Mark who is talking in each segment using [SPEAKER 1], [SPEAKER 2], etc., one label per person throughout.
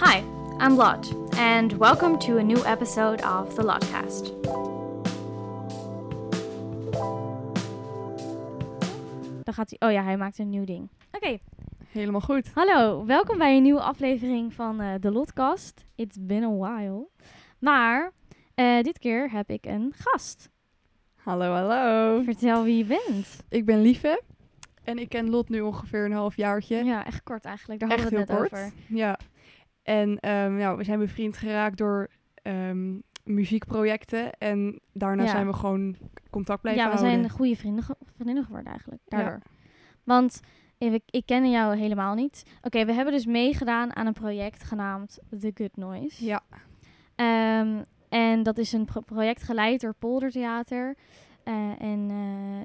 [SPEAKER 1] Hi, I'm Lot, and welcome to a new episode of the Lotcast. Dan gaat hij. Oh ja, hij maakt een nieuw ding. Oké,
[SPEAKER 2] Helemaal goed.
[SPEAKER 1] hallo, welkom bij een nieuwe aflevering van eh, de Lotcast. It's been a while. Maar eh, dit keer heb ik een gast.
[SPEAKER 2] Hallo, hallo.
[SPEAKER 1] Vertel wie je bent.
[SPEAKER 2] Ik ben Lieve en ik ken Lot nu ongeveer een half jaartje.
[SPEAKER 1] Ja, echt kort eigenlijk. Daar
[SPEAKER 2] Echt
[SPEAKER 1] hadden we
[SPEAKER 2] heel
[SPEAKER 1] het net
[SPEAKER 2] kort.
[SPEAKER 1] over.
[SPEAKER 2] Ja. En ehm, nou, we zijn bevriend geraakt door ehm, muziekprojecten en daarna
[SPEAKER 1] Ja.
[SPEAKER 2] zijn we gewoon contact blijven
[SPEAKER 1] ja, we
[SPEAKER 2] houden.
[SPEAKER 1] zijn goede vrienden, ge- vriendinnen geworden eigenlijk.
[SPEAKER 2] Ja.
[SPEAKER 1] Daardoor. Want eh, ik, ik kende jou helemaal niet. Oké, we hebben dus meegedaan aan een project genaamd The Good Noise.
[SPEAKER 2] Ja,
[SPEAKER 1] Ehm, en dat is een pro- project geleid door Poldertheater. Eh, en eh,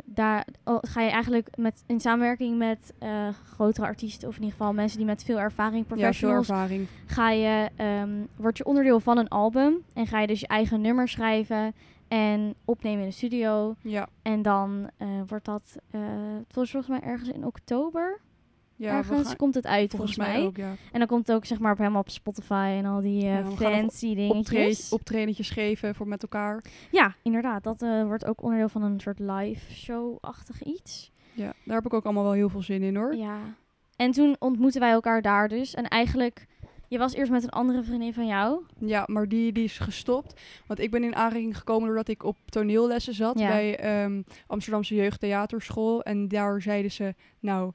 [SPEAKER 1] daar o- ga je eigenlijk met, in samenwerking met eh, grotere artiesten, of in ieder geval mensen die met veel ervaring,
[SPEAKER 2] ja veel
[SPEAKER 1] professionals,
[SPEAKER 2] ervaring.
[SPEAKER 1] ga je, ehm, word je onderdeel van een album. En ga je dus je eigen nummer schrijven en opnemen in de studio.
[SPEAKER 2] Ja,
[SPEAKER 1] En dan eh, wordt dat, eh, het was volgens mij ergens in oktober.
[SPEAKER 2] ja we
[SPEAKER 1] ergens
[SPEAKER 2] gaan-
[SPEAKER 1] komt het uit, volgens, mij.
[SPEAKER 2] ook, ja.
[SPEAKER 1] En dan komt het ook zeg maar op helemaal op Spotify en al die eh,
[SPEAKER 2] Ja, we gaan nog
[SPEAKER 1] fancy
[SPEAKER 2] Optredentjes
[SPEAKER 1] dingetjes.
[SPEAKER 2] optredentjes geven voor met elkaar.
[SPEAKER 1] Ja, inderdaad. Dat eh, wordt ook onderdeel van een soort live show-achtig iets.
[SPEAKER 2] Ja, daar heb ik ook allemaal wel heel veel zin in hoor.
[SPEAKER 1] Ja. En toen ontmoetten wij elkaar daar dus. En eigenlijk, je was eerst met een andere vriendin van jou.
[SPEAKER 2] Ja, maar die, die is gestopt. Want ik ben in aanraking gekomen doordat ik op toneellessen zat
[SPEAKER 1] Ja.
[SPEAKER 2] bij ehm, Amsterdamse Jeugdtheaterschool. En daar zeiden ze, nou,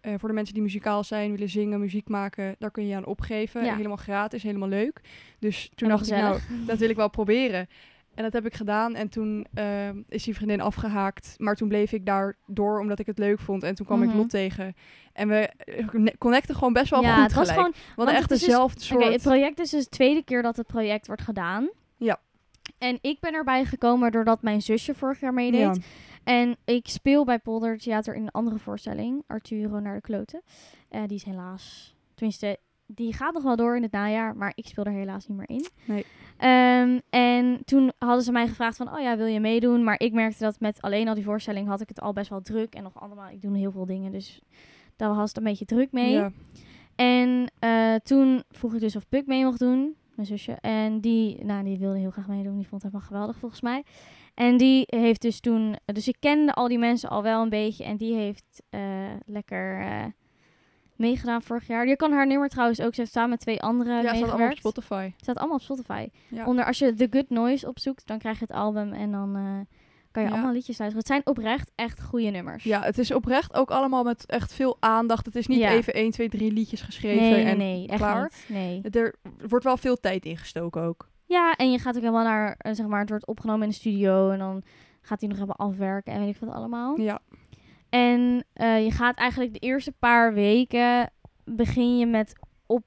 [SPEAKER 2] eh, voor de mensen die muzikaal zijn, willen zingen, muziek maken, daar kun je aan opgeven.
[SPEAKER 1] Ja.
[SPEAKER 2] Helemaal gratis, helemaal leuk. Dus toen
[SPEAKER 1] Helemaal
[SPEAKER 2] dacht ik, nou, dat wil ik wel proberen. En dat heb ik gedaan. En toen ehm, is die vriendin afgehaakt. Maar toen bleef ik daar door omdat ik het leuk vond. En toen kwam
[SPEAKER 1] Mhm.
[SPEAKER 2] ik Lot tegen. En we eh, connecten gewoon best wel
[SPEAKER 1] ja,
[SPEAKER 2] goed
[SPEAKER 1] het was
[SPEAKER 2] gelijk.
[SPEAKER 1] gewoon
[SPEAKER 2] We hadden
[SPEAKER 1] want
[SPEAKER 2] echt
[SPEAKER 1] het is dus-
[SPEAKER 2] dezelfde soort...
[SPEAKER 1] Oké, het project is dus de tweede keer dat het project wordt gedaan.
[SPEAKER 2] Ja.
[SPEAKER 1] En ik ben erbij gekomen doordat mijn zusje vorig jaar meedeed.
[SPEAKER 2] Ja.
[SPEAKER 1] En ik speel bij Polder Theater in een andere voorstelling, Arturo naar de kloten. Eh, die is helaas, tenminste, die gaat nog wel door in het najaar, maar ik speel er helaas niet meer in.
[SPEAKER 2] Nee.
[SPEAKER 1] Ehm, en toen hadden ze mij gevraagd van, oh ja, wil je meedoen? Maar ik merkte dat met alleen al die voorstelling had ik het al best wel druk. En nog allemaal, ik doe heel veel dingen, dus daar was het een beetje druk mee.
[SPEAKER 2] Ja.
[SPEAKER 1] En eh, toen vroeg ik dus of Puk mee mocht doen, mijn zusje. En die, nou, die wilde heel graag meedoen. Die vond het helemaal geweldig volgens mij. En die heeft dus toen, dus ik kende al die mensen al wel een beetje. En die heeft eh, lekker eh, meegedaan vorig jaar. Je kan haar nummer trouwens ook, ze heeft samen met twee anderen
[SPEAKER 2] Ja, staat allemaal op
[SPEAKER 1] eh, meegewerkt.
[SPEAKER 2] Spotify.
[SPEAKER 1] staat allemaal op Spotify.
[SPEAKER 2] Ja.
[SPEAKER 1] Onder, als je The Good Noise opzoekt, dan krijg je het album en dan eh, kan je
[SPEAKER 2] Ja.
[SPEAKER 1] allemaal liedjes luisteren. Het zijn oprecht echt goede nummers.
[SPEAKER 2] ja, het is oprecht ook allemaal met echt veel aandacht. Het is niet
[SPEAKER 1] Ja.
[SPEAKER 2] even 1, 2, 3 liedjes geschreven
[SPEAKER 1] nee, nee,
[SPEAKER 2] en
[SPEAKER 1] nee, echt
[SPEAKER 2] klaar.
[SPEAKER 1] niet. Nee.
[SPEAKER 2] Het- Er wordt wel veel tijd ingestoken ook.
[SPEAKER 1] Ja, en je gaat ook helemaal naar, eh, zeg maar, het wordt opgenomen in de studio en dan gaat hij nog helemaal afwerken en weet ik wat allemaal.
[SPEAKER 2] Ja,
[SPEAKER 1] En eh, je gaat eigenlijk de eerste paar weken begin je met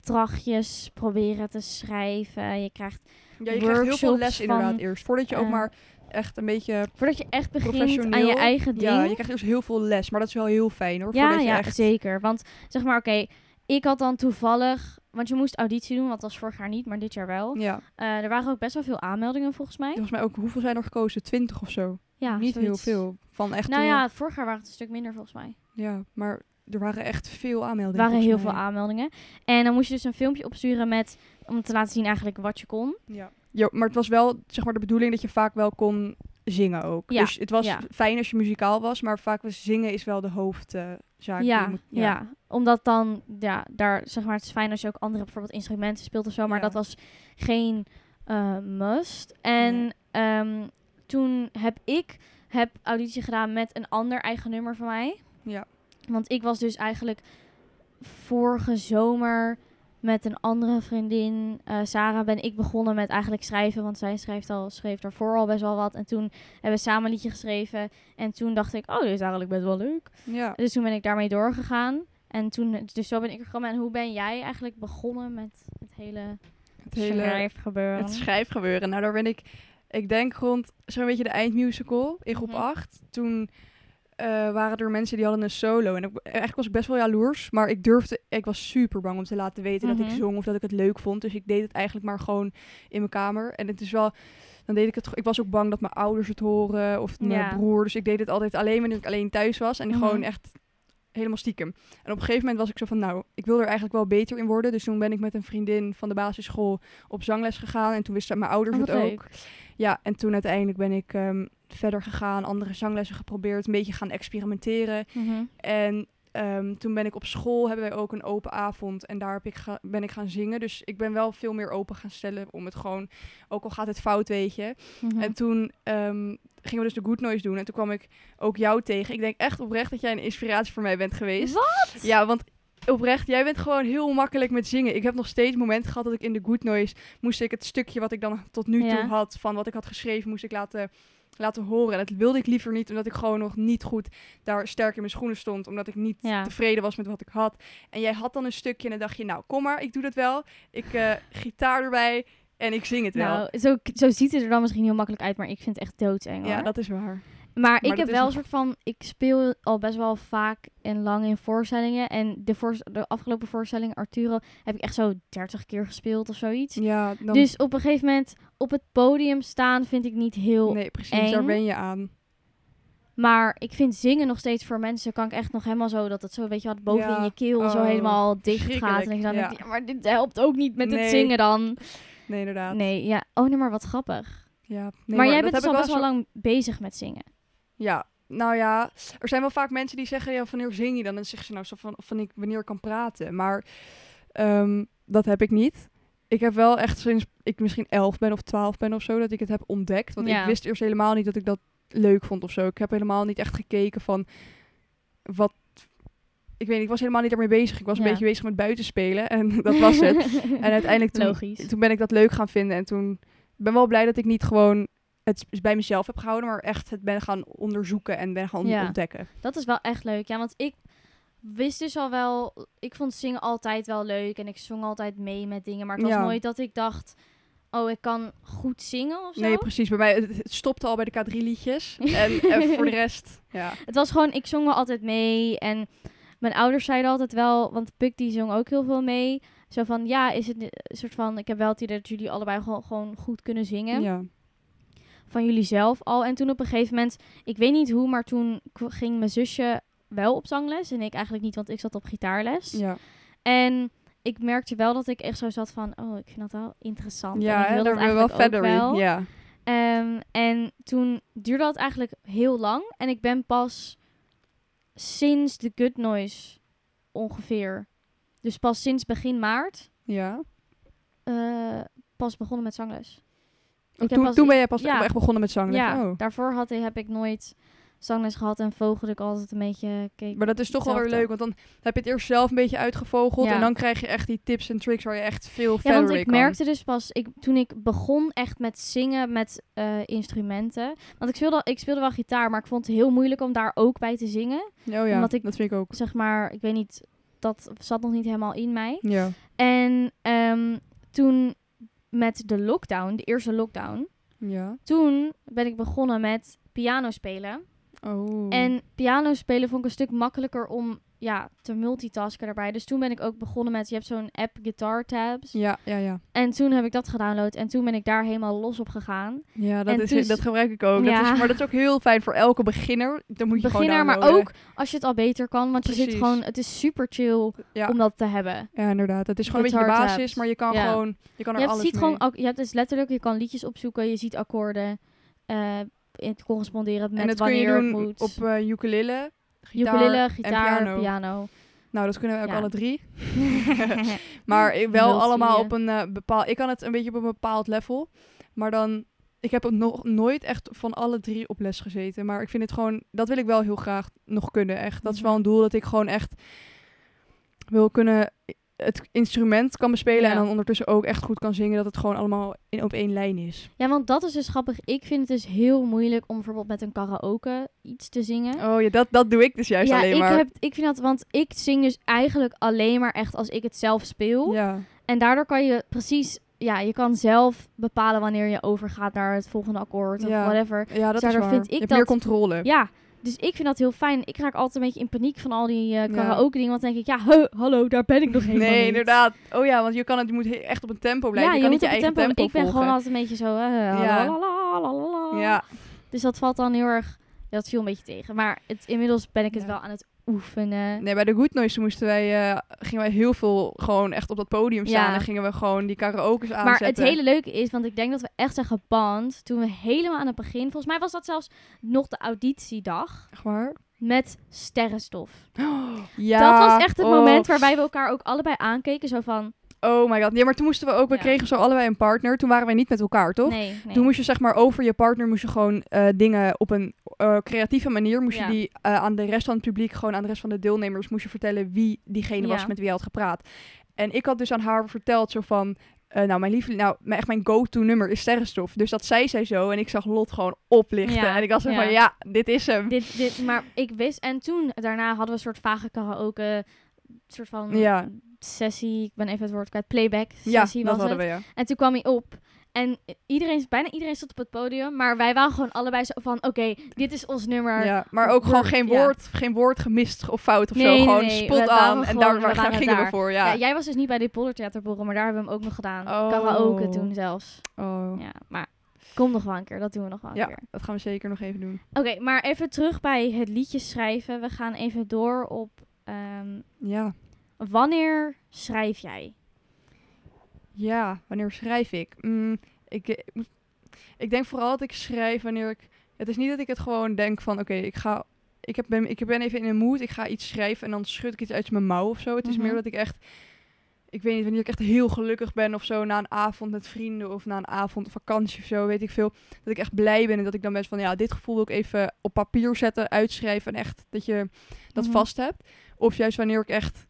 [SPEAKER 1] opdrachtjes proberen te schrijven. Je krijgt,
[SPEAKER 2] ja je krijgt heel veel
[SPEAKER 1] Workshops
[SPEAKER 2] les inderdaad
[SPEAKER 1] van,
[SPEAKER 2] eerst. Voordat je ook
[SPEAKER 1] eh,
[SPEAKER 2] maar echt een beetje
[SPEAKER 1] voordat je echt begint aan
[SPEAKER 2] professioneel...
[SPEAKER 1] je eigen ding.
[SPEAKER 2] Ja, je krijgt dus heel veel les. Maar dat is wel heel fijn hoor.
[SPEAKER 1] Ja,
[SPEAKER 2] voordat je
[SPEAKER 1] ja,
[SPEAKER 2] echt...
[SPEAKER 1] zeker. Want zeg maar, oké, ik had dan toevallig, want je moest auditie doen, want dat was vorig jaar niet, maar dit jaar wel.
[SPEAKER 2] Ja,
[SPEAKER 1] Eh, er waren ook best wel veel aanmeldingen volgens mij.
[SPEAKER 2] volgens mij ook. Hoeveel zijn er gekozen? 20 of zo.
[SPEAKER 1] Ja,
[SPEAKER 2] niet heel
[SPEAKER 1] zoiets.
[SPEAKER 2] veel. Van echt... eh,
[SPEAKER 1] Nou
[SPEAKER 2] heel-
[SPEAKER 1] ja, vorig jaar waren het een stuk minder volgens mij.
[SPEAKER 2] ja, maar er waren echt veel
[SPEAKER 1] Er
[SPEAKER 2] aanmeldingen.
[SPEAKER 1] waren heel
[SPEAKER 2] volgens
[SPEAKER 1] veel
[SPEAKER 2] mij.
[SPEAKER 1] aanmeldingen. En dan moest je dus een filmpje opsturen met om te laten zien eigenlijk wat je kon.
[SPEAKER 2] Ja. Ja, maar het was wel zeg maar, de bedoeling dat je vaak wel kon zingen ook.
[SPEAKER 1] Ja,
[SPEAKER 2] dus het was
[SPEAKER 1] ja.
[SPEAKER 2] fijn als je muzikaal was, maar vaak was zingen is wel de hoofdzaak.
[SPEAKER 1] Ja,
[SPEAKER 2] die je
[SPEAKER 1] ja,
[SPEAKER 2] moet-
[SPEAKER 1] Omdat dan, ja, daar zeg maar, het is fijn als je ook andere bijvoorbeeld instrumenten speelt of zo. Maar
[SPEAKER 2] Ja.
[SPEAKER 1] dat was geen eh, must. En
[SPEAKER 2] Nee.
[SPEAKER 1] ehm, toen heb ik heb auditie gedaan met een ander eigen nummer van mij.
[SPEAKER 2] Ja.
[SPEAKER 1] Want ik was dus eigenlijk vorige zomer met een andere vriendin, eh, Sarah, ben ik begonnen met eigenlijk schrijven. Want zij schrijft al, schreef daarvoor al best wel wat. En toen hebben we samen een liedje geschreven. En toen dacht ik, oh, dit is eigenlijk best wel leuk.
[SPEAKER 2] Ja.
[SPEAKER 1] Dus toen ben ik daarmee doorgegaan. En toen, dus zo ben ik er gekomen. En hoe ben jij eigenlijk begonnen met het hele,
[SPEAKER 2] Het
[SPEAKER 1] hele
[SPEAKER 2] hele
[SPEAKER 1] schrijfgebeuren?
[SPEAKER 2] het schrijfgebeuren. Nou, daar ben ik, ik denk rond zo'n beetje de eindmusical in groep
[SPEAKER 1] Mhm.
[SPEAKER 2] 8. Toen eh, waren er mensen die hadden een solo. En ik, eigenlijk was ik best wel jaloers, maar ik durfde, ik was super bang om te laten weten dat
[SPEAKER 1] Mhm.
[SPEAKER 2] ik zong of dat ik het leuk vond. Dus ik deed het eigenlijk maar gewoon in mijn kamer. En het is wel, dan deed ik het, ik was ook bang dat mijn ouders het horen of mijn
[SPEAKER 1] Ja.
[SPEAKER 2] broer. Dus ik deed het altijd alleen wanneer ik alleen thuis was en
[SPEAKER 1] Mhm.
[SPEAKER 2] gewoon echt helemaal stiekem. En op een gegeven moment was ik zo van, nou, ik wil er eigenlijk wel beter in worden. Dus toen ben ik met een vriendin van de basisschool op zangles gegaan. En toen wisten mijn ouders
[SPEAKER 1] Oh, wat
[SPEAKER 2] het ook.
[SPEAKER 1] leuk.
[SPEAKER 2] Ja, en toen uiteindelijk ben ik ehm, verder gegaan, andere zanglessen geprobeerd, een beetje gaan experimenteren.
[SPEAKER 1] Mhm.
[SPEAKER 2] En ehm, toen ben ik op school, hebben wij ook een open avond. En daar heb ik ga- ben ik gaan zingen. Dus ik ben wel veel meer open gaan stellen om het gewoon, ook al gaat het fout, weet je.
[SPEAKER 1] Mhm.
[SPEAKER 2] En toen ehm, gingen we dus de Good Noise doen. En toen kwam ik ook jou tegen. Ik denk echt oprecht dat jij een inspiratie voor mij bent geweest.
[SPEAKER 1] Wat?
[SPEAKER 2] Ja, want oprecht, jij bent gewoon heel makkelijk met zingen. Ik heb nog steeds momenten gehad dat ik in de Good Noise moest ik het stukje wat ik dan tot nu toe
[SPEAKER 1] Ja.
[SPEAKER 2] had van wat ik had geschreven, moest ik laten, laten horen. En dat wilde ik liever niet, omdat ik gewoon nog niet goed daar sterk in mijn schoenen stond, omdat ik niet
[SPEAKER 1] Ja.
[SPEAKER 2] tevreden was met wat ik had. En jij had dan een stukje en dan dacht je, nou kom maar, ik doe dat wel. Ik eh, gitaar erbij en ik zing het wel.
[SPEAKER 1] Nou, zo, zo ziet het er dan misschien heel makkelijk uit, maar ik vind het echt doodeng hoor.
[SPEAKER 2] ja, dat is waar.
[SPEAKER 1] Maar ik
[SPEAKER 2] dat
[SPEAKER 1] heb
[SPEAKER 2] is
[SPEAKER 1] wel
[SPEAKER 2] een-
[SPEAKER 1] een soort van. Ik speel al best wel vaak en lang in voorstellingen. En de, voorst- de afgelopen voorstelling, Arturo, heb ik echt zo 30 keer gespeeld of zoiets.
[SPEAKER 2] Ja, dan,
[SPEAKER 1] Dus op een gegeven moment op het podium staan vind ik niet heel.
[SPEAKER 2] nee, precies, daar
[SPEAKER 1] eng.
[SPEAKER 2] ben je aan.
[SPEAKER 1] Maar ik vind zingen nog steeds voor mensen kan ik echt nog helemaal zo dat het zo, weet je wat, boven
[SPEAKER 2] Ja.
[SPEAKER 1] in je keel zo
[SPEAKER 2] Oh,
[SPEAKER 1] helemaal dicht gaat.
[SPEAKER 2] verschrikkelijk.
[SPEAKER 1] En ik dan
[SPEAKER 2] Ja.
[SPEAKER 1] denk, ja, maar dit helpt ook niet met
[SPEAKER 2] Nee.
[SPEAKER 1] het zingen dan.
[SPEAKER 2] Nee, inderdaad.
[SPEAKER 1] Nee, ja. Oh nee, maar wat grappig.
[SPEAKER 2] Ja. Nee,
[SPEAKER 1] maar jij
[SPEAKER 2] dat
[SPEAKER 1] bent dus
[SPEAKER 2] heb
[SPEAKER 1] al
[SPEAKER 2] ik
[SPEAKER 1] best wel
[SPEAKER 2] zo-
[SPEAKER 1] lang bezig met zingen.
[SPEAKER 2] Ja, nou ja, er zijn wel vaak mensen die zeggen, ja, wanneer zing je dan? En dan zeggen ze nou zo van, van ik wanneer ik kan praten. Maar ehm, dat heb ik niet. Ik heb wel echt sinds ik misschien elf ben of twaalf ben of zo, dat ik het heb ontdekt. Want
[SPEAKER 1] Ja.
[SPEAKER 2] ik wist eerst helemaal niet dat ik dat leuk vond of zo. Ik heb helemaal niet echt gekeken van wat... Ik weet niet, ik was helemaal niet ermee bezig. Ik was een
[SPEAKER 1] Ja.
[SPEAKER 2] beetje bezig met buitenspelen en dat was het. En uiteindelijk toen,
[SPEAKER 1] Logisch.
[SPEAKER 2] toen ben ik dat leuk gaan vinden. En toen ik ben wel blij dat ik niet gewoon het s- bij mezelf heb gehouden, maar echt het ben gaan onderzoeken en ben gaan
[SPEAKER 1] Ja.
[SPEAKER 2] ontdekken.
[SPEAKER 1] Dat is wel echt leuk. Ja, want ik wist dus al wel. Ik vond zingen altijd wel leuk. En ik zong altijd mee met dingen. Maar het was
[SPEAKER 2] Ja.
[SPEAKER 1] nooit dat ik dacht. Oh, ik kan goed zingen of zo.
[SPEAKER 2] Nee, precies. Bij mij het, het stopte al bij de K3 liedjes. En, eh, voor de rest, ja.
[SPEAKER 1] het was gewoon, ik zong wel altijd mee. En mijn ouders zeiden altijd wel, want Puk die zong ook heel veel mee. Zo van, ja, is het een soort van, ik heb wel het idee dat jullie allebei gewoon, gewoon goed kunnen zingen.
[SPEAKER 2] ja.
[SPEAKER 1] van jullie zelf al. En toen op een gegeven moment, ik weet niet hoe, maar toen k- ging mijn zusje wel op zangles en ik eigenlijk niet, want ik zat op gitaarles.
[SPEAKER 2] Ja,
[SPEAKER 1] En ik merkte wel dat ik echt zo zat van, oh, ik vind dat wel interessant. en ik
[SPEAKER 2] ja
[SPEAKER 1] wil
[SPEAKER 2] daar
[SPEAKER 1] dat
[SPEAKER 2] ben ik wel
[SPEAKER 1] eigenlijk ook
[SPEAKER 2] verder
[SPEAKER 1] wel.
[SPEAKER 2] in. Ja.
[SPEAKER 1] Ehm, en toen duurde dat eigenlijk heel lang. En ik ben pas sinds de Good Noise ongeveer, dus pas sinds begin maart,
[SPEAKER 2] ja.
[SPEAKER 1] eh, pas begonnen met zangles. heb
[SPEAKER 2] Oh, toen,
[SPEAKER 1] pas-
[SPEAKER 2] toen ben jij pas
[SPEAKER 1] ja.
[SPEAKER 2] echt begonnen met zangles.
[SPEAKER 1] Ja,
[SPEAKER 2] Oh.
[SPEAKER 1] daarvoor had, heb ik nooit zangles gehad en vogelde ik altijd een beetje... Keek.
[SPEAKER 2] Maar dat is toch wel weer
[SPEAKER 1] Hetzelfde.
[SPEAKER 2] leuk, want dan heb je het eerst zelf een beetje uitgevogeld
[SPEAKER 1] Ja.
[SPEAKER 2] en dan krijg je echt die tips en tricks waar je echt veel
[SPEAKER 1] Ja,
[SPEAKER 2] verder
[SPEAKER 1] want
[SPEAKER 2] in
[SPEAKER 1] ik
[SPEAKER 2] kan.
[SPEAKER 1] merkte dus pas, ik, toen ik begon echt met zingen met eh, instrumenten. Want ik speelde, al- ik speelde wel gitaar, maar ik vond het heel moeilijk om daar ook bij te zingen.
[SPEAKER 2] Oh ja,
[SPEAKER 1] omdat ik-
[SPEAKER 2] dat vind ik ook.
[SPEAKER 1] Zeg maar, ik weet niet, dat zat nog niet helemaal in mij.
[SPEAKER 2] Ja.
[SPEAKER 1] En ehm, toen met de lockdown, de eerste lockdown,
[SPEAKER 2] Ja.
[SPEAKER 1] toen ben ik begonnen met piano spelen.
[SPEAKER 2] Oh.
[SPEAKER 1] En piano spelen vond ik een stuk makkelijker om ja, te multitasken daarbij. Dus toen ben ik ook begonnen met, je hebt zo'n app Guitar Tabs.
[SPEAKER 2] Ja, ja, ja.
[SPEAKER 1] En toen heb ik dat gedownload en toen ben ik daar helemaal los op gegaan.
[SPEAKER 2] Ja, dat,
[SPEAKER 1] En
[SPEAKER 2] is,
[SPEAKER 1] toen-
[SPEAKER 2] dat gebruik ik ook. Dat
[SPEAKER 1] Ja.
[SPEAKER 2] is, maar dat is ook heel fijn voor elke beginner. Dan moet je
[SPEAKER 1] Beginner,
[SPEAKER 2] gewoon
[SPEAKER 1] maar
[SPEAKER 2] downloaden.
[SPEAKER 1] ook als je het al beter kan. Want je
[SPEAKER 2] Precies.
[SPEAKER 1] zit gewoon, het is super chill
[SPEAKER 2] Ja.
[SPEAKER 1] om dat te hebben.
[SPEAKER 2] Ja, inderdaad. Het is gewoon een beetje de
[SPEAKER 1] Guitar
[SPEAKER 2] basis,
[SPEAKER 1] tabs.
[SPEAKER 2] maar je kan
[SPEAKER 1] Ja.
[SPEAKER 2] gewoon... Je kan er
[SPEAKER 1] Je hebt,
[SPEAKER 2] alles
[SPEAKER 1] ziet
[SPEAKER 2] mee.
[SPEAKER 1] gewoon, ook- je hebt dus letterlijk, je kan liedjes opzoeken, je ziet akkoorden. eh, het corresponderen met
[SPEAKER 2] en dat kun
[SPEAKER 1] wanneer
[SPEAKER 2] je
[SPEAKER 1] het
[SPEAKER 2] doen
[SPEAKER 1] moet.
[SPEAKER 2] op eh ukulele, gitaar
[SPEAKER 1] Ukulele,
[SPEAKER 2] en
[SPEAKER 1] gitaar,
[SPEAKER 2] piano.
[SPEAKER 1] piano.
[SPEAKER 2] Nou, dat kunnen we ook
[SPEAKER 1] Ja.
[SPEAKER 2] alle drie. maar ik- wel
[SPEAKER 1] Multi,
[SPEAKER 2] allemaal
[SPEAKER 1] eh.
[SPEAKER 2] op een bepaald... Ik kan het een beetje op een bepaald level. Maar dan... Ik heb het nog nooit echt van alle drie op les gezeten. Maar ik vind het gewoon... Dat wil ik wel heel graag nog kunnen, echt. Dat is
[SPEAKER 1] Mhm.
[SPEAKER 2] wel een doel dat ik gewoon echt wil kunnen... Het instrument kan bespelen
[SPEAKER 1] Ja.
[SPEAKER 2] en dan ondertussen ook echt goed kan zingen. Dat het gewoon allemaal in, op één lijn is.
[SPEAKER 1] Ja, want dat is dus grappig. Ik vind het dus heel moeilijk om bijvoorbeeld met een karaoke iets te zingen.
[SPEAKER 2] Oh ja, dat, dat doe ik dus juist
[SPEAKER 1] Hm? ja,
[SPEAKER 2] alleen
[SPEAKER 1] ik,
[SPEAKER 2] maar.
[SPEAKER 1] heb, ik vind dat, want ik zing dus eigenlijk alleen maar echt als ik het zelf speel.
[SPEAKER 2] Ja.
[SPEAKER 1] En daardoor kan je precies, ja, je kan zelf bepalen wanneer je overgaat naar het volgende akkoord of
[SPEAKER 2] Ja.
[SPEAKER 1] whatever.
[SPEAKER 2] Ja, dat
[SPEAKER 1] Daardoor
[SPEAKER 2] is waar.
[SPEAKER 1] vind ik
[SPEAKER 2] je hebt
[SPEAKER 1] dat-
[SPEAKER 2] meer controle.
[SPEAKER 1] Ja, dus ik vind dat heel fijn. Ik raak altijd een beetje in paniek van al die
[SPEAKER 2] Ja.
[SPEAKER 1] eh karaoke dingen. Want dan denk ik, ja, huh, hallo, daar ben ik nog helemaal
[SPEAKER 2] nee,
[SPEAKER 1] niet.
[SPEAKER 2] inderdaad. Oh ja, want je, kan het, je moet he- echt op een tempo
[SPEAKER 1] Ja,
[SPEAKER 2] blijven. je kan
[SPEAKER 1] moet
[SPEAKER 2] niet
[SPEAKER 1] op
[SPEAKER 2] je
[SPEAKER 1] het
[SPEAKER 2] eigen tempo,
[SPEAKER 1] Ik ben gewoon
[SPEAKER 2] volgen.
[SPEAKER 1] altijd een beetje zo, eh,
[SPEAKER 2] Ja.
[SPEAKER 1] la, la, la, la, la.
[SPEAKER 2] Ja,
[SPEAKER 1] Dus dat valt dan heel erg, dat viel een beetje tegen. Maar het, inmiddels ben ik het
[SPEAKER 2] Ja.
[SPEAKER 1] wel aan het oefenen.
[SPEAKER 2] Nee, bij de Good Noise moesten wij, eh, gingen wij heel veel gewoon echt op dat podium staan.
[SPEAKER 1] Ja.
[SPEAKER 2] En gingen we gewoon die karaoke's
[SPEAKER 1] Maar
[SPEAKER 2] aanzetten.
[SPEAKER 1] het hele leuke is, want ik denk dat we echt zijn geband toen we helemaal aan het begin, volgens mij was dat zelfs nog de auditiedag,
[SPEAKER 2] Echt waar?
[SPEAKER 1] met sterrenstof.
[SPEAKER 2] Ja.
[SPEAKER 1] dat was echt het
[SPEAKER 2] oh.
[SPEAKER 1] moment waarbij we elkaar ook allebei aankeken, zo van,
[SPEAKER 2] Oh my god. Nee, maar toen moesten we ook... We
[SPEAKER 1] Ja.
[SPEAKER 2] kregen zo allebei een partner. Toen waren wij niet met elkaar, toch?
[SPEAKER 1] nee, nee.
[SPEAKER 2] Toen moest je zeg maar over je partner moest je gewoon eh, dingen op een eh, creatieve manier moest
[SPEAKER 1] Ja.
[SPEAKER 2] je die eh, aan de rest van het publiek, gewoon aan de rest van de deelnemers moest je vertellen wie diegene
[SPEAKER 1] Ja.
[SPEAKER 2] was met wie hij had gepraat. En ik had dus aan haar verteld zo van, eh, nou mijn liefde, nou mijn- echt mijn go-to nummer is Sterrenstof. Dus dat zei zij zo en ik zag Lot gewoon oplichten
[SPEAKER 1] Ja,
[SPEAKER 2] en ik was zo
[SPEAKER 1] ja.
[SPEAKER 2] van ja, dit is hem.
[SPEAKER 1] dit, dit, maar ik wist, en toen, daarna hadden we een soort vage karaoke, soort van
[SPEAKER 2] Ja.
[SPEAKER 1] sessie, ik ben even het woord kwijt, playback
[SPEAKER 2] ja,
[SPEAKER 1] sessie
[SPEAKER 2] dat
[SPEAKER 1] was
[SPEAKER 2] hadden
[SPEAKER 1] het.
[SPEAKER 2] we ja.
[SPEAKER 1] En toen kwam hij op. En iedereen, bijna iedereen stond op het podium. Maar wij waren gewoon allebei zo van... Oké, dit is ons nummer.
[SPEAKER 2] ja. Maar ook
[SPEAKER 1] we-
[SPEAKER 2] gewoon geen
[SPEAKER 1] ja.
[SPEAKER 2] woord, geen woord gemist of fout of
[SPEAKER 1] Nee, nee,
[SPEAKER 2] zo. Gewoon
[SPEAKER 1] nee, we
[SPEAKER 2] spot
[SPEAKER 1] waren
[SPEAKER 2] aan en
[SPEAKER 1] gewoon-
[SPEAKER 2] daar,
[SPEAKER 1] we
[SPEAKER 2] waar
[SPEAKER 1] waren
[SPEAKER 2] gingen
[SPEAKER 1] daar.
[SPEAKER 2] we voor.
[SPEAKER 1] Ja,
[SPEAKER 2] Ja.
[SPEAKER 1] jij was dus niet bij de Poldertheaterborrel, maar daar hebben we hem ook nog gedaan.
[SPEAKER 2] Oh.
[SPEAKER 1] Karaoke toen zelfs.
[SPEAKER 2] Oh.
[SPEAKER 1] Ja, maar kom nog wel een keer. Dat doen we nog wel een
[SPEAKER 2] Ja.
[SPEAKER 1] keer.
[SPEAKER 2] Dat gaan we zeker nog even doen.
[SPEAKER 1] Oké, maar even terug bij het liedje schrijven. We gaan even door op... ehm,
[SPEAKER 2] Ja.
[SPEAKER 1] wanneer schrijf jij?
[SPEAKER 2] Ja, wanneer schrijf ik? Mm, ik, eh, moet- ik denk vooral dat ik schrijf wanneer ik... Het is niet dat ik het gewoon denk van... Oké, ik ga... Ik, heb, ben, ik ben even in een mood. Ik ga iets schrijven en dan schud ik iets uit mijn mouw of zo. Het is
[SPEAKER 1] Mhm.
[SPEAKER 2] meer dat ik echt... Ik weet niet, wanneer ik echt heel gelukkig ben of zo... Na een avond met vrienden of na een avond vakantie of zo, weet ik veel. Dat ik echt blij ben en dat ik dan best van... Ja, dit gevoel wil ik even op papier zetten, uitschrijven. En echt dat je dat
[SPEAKER 1] Mhm.
[SPEAKER 2] vast hebt. Of juist wanneer ik echt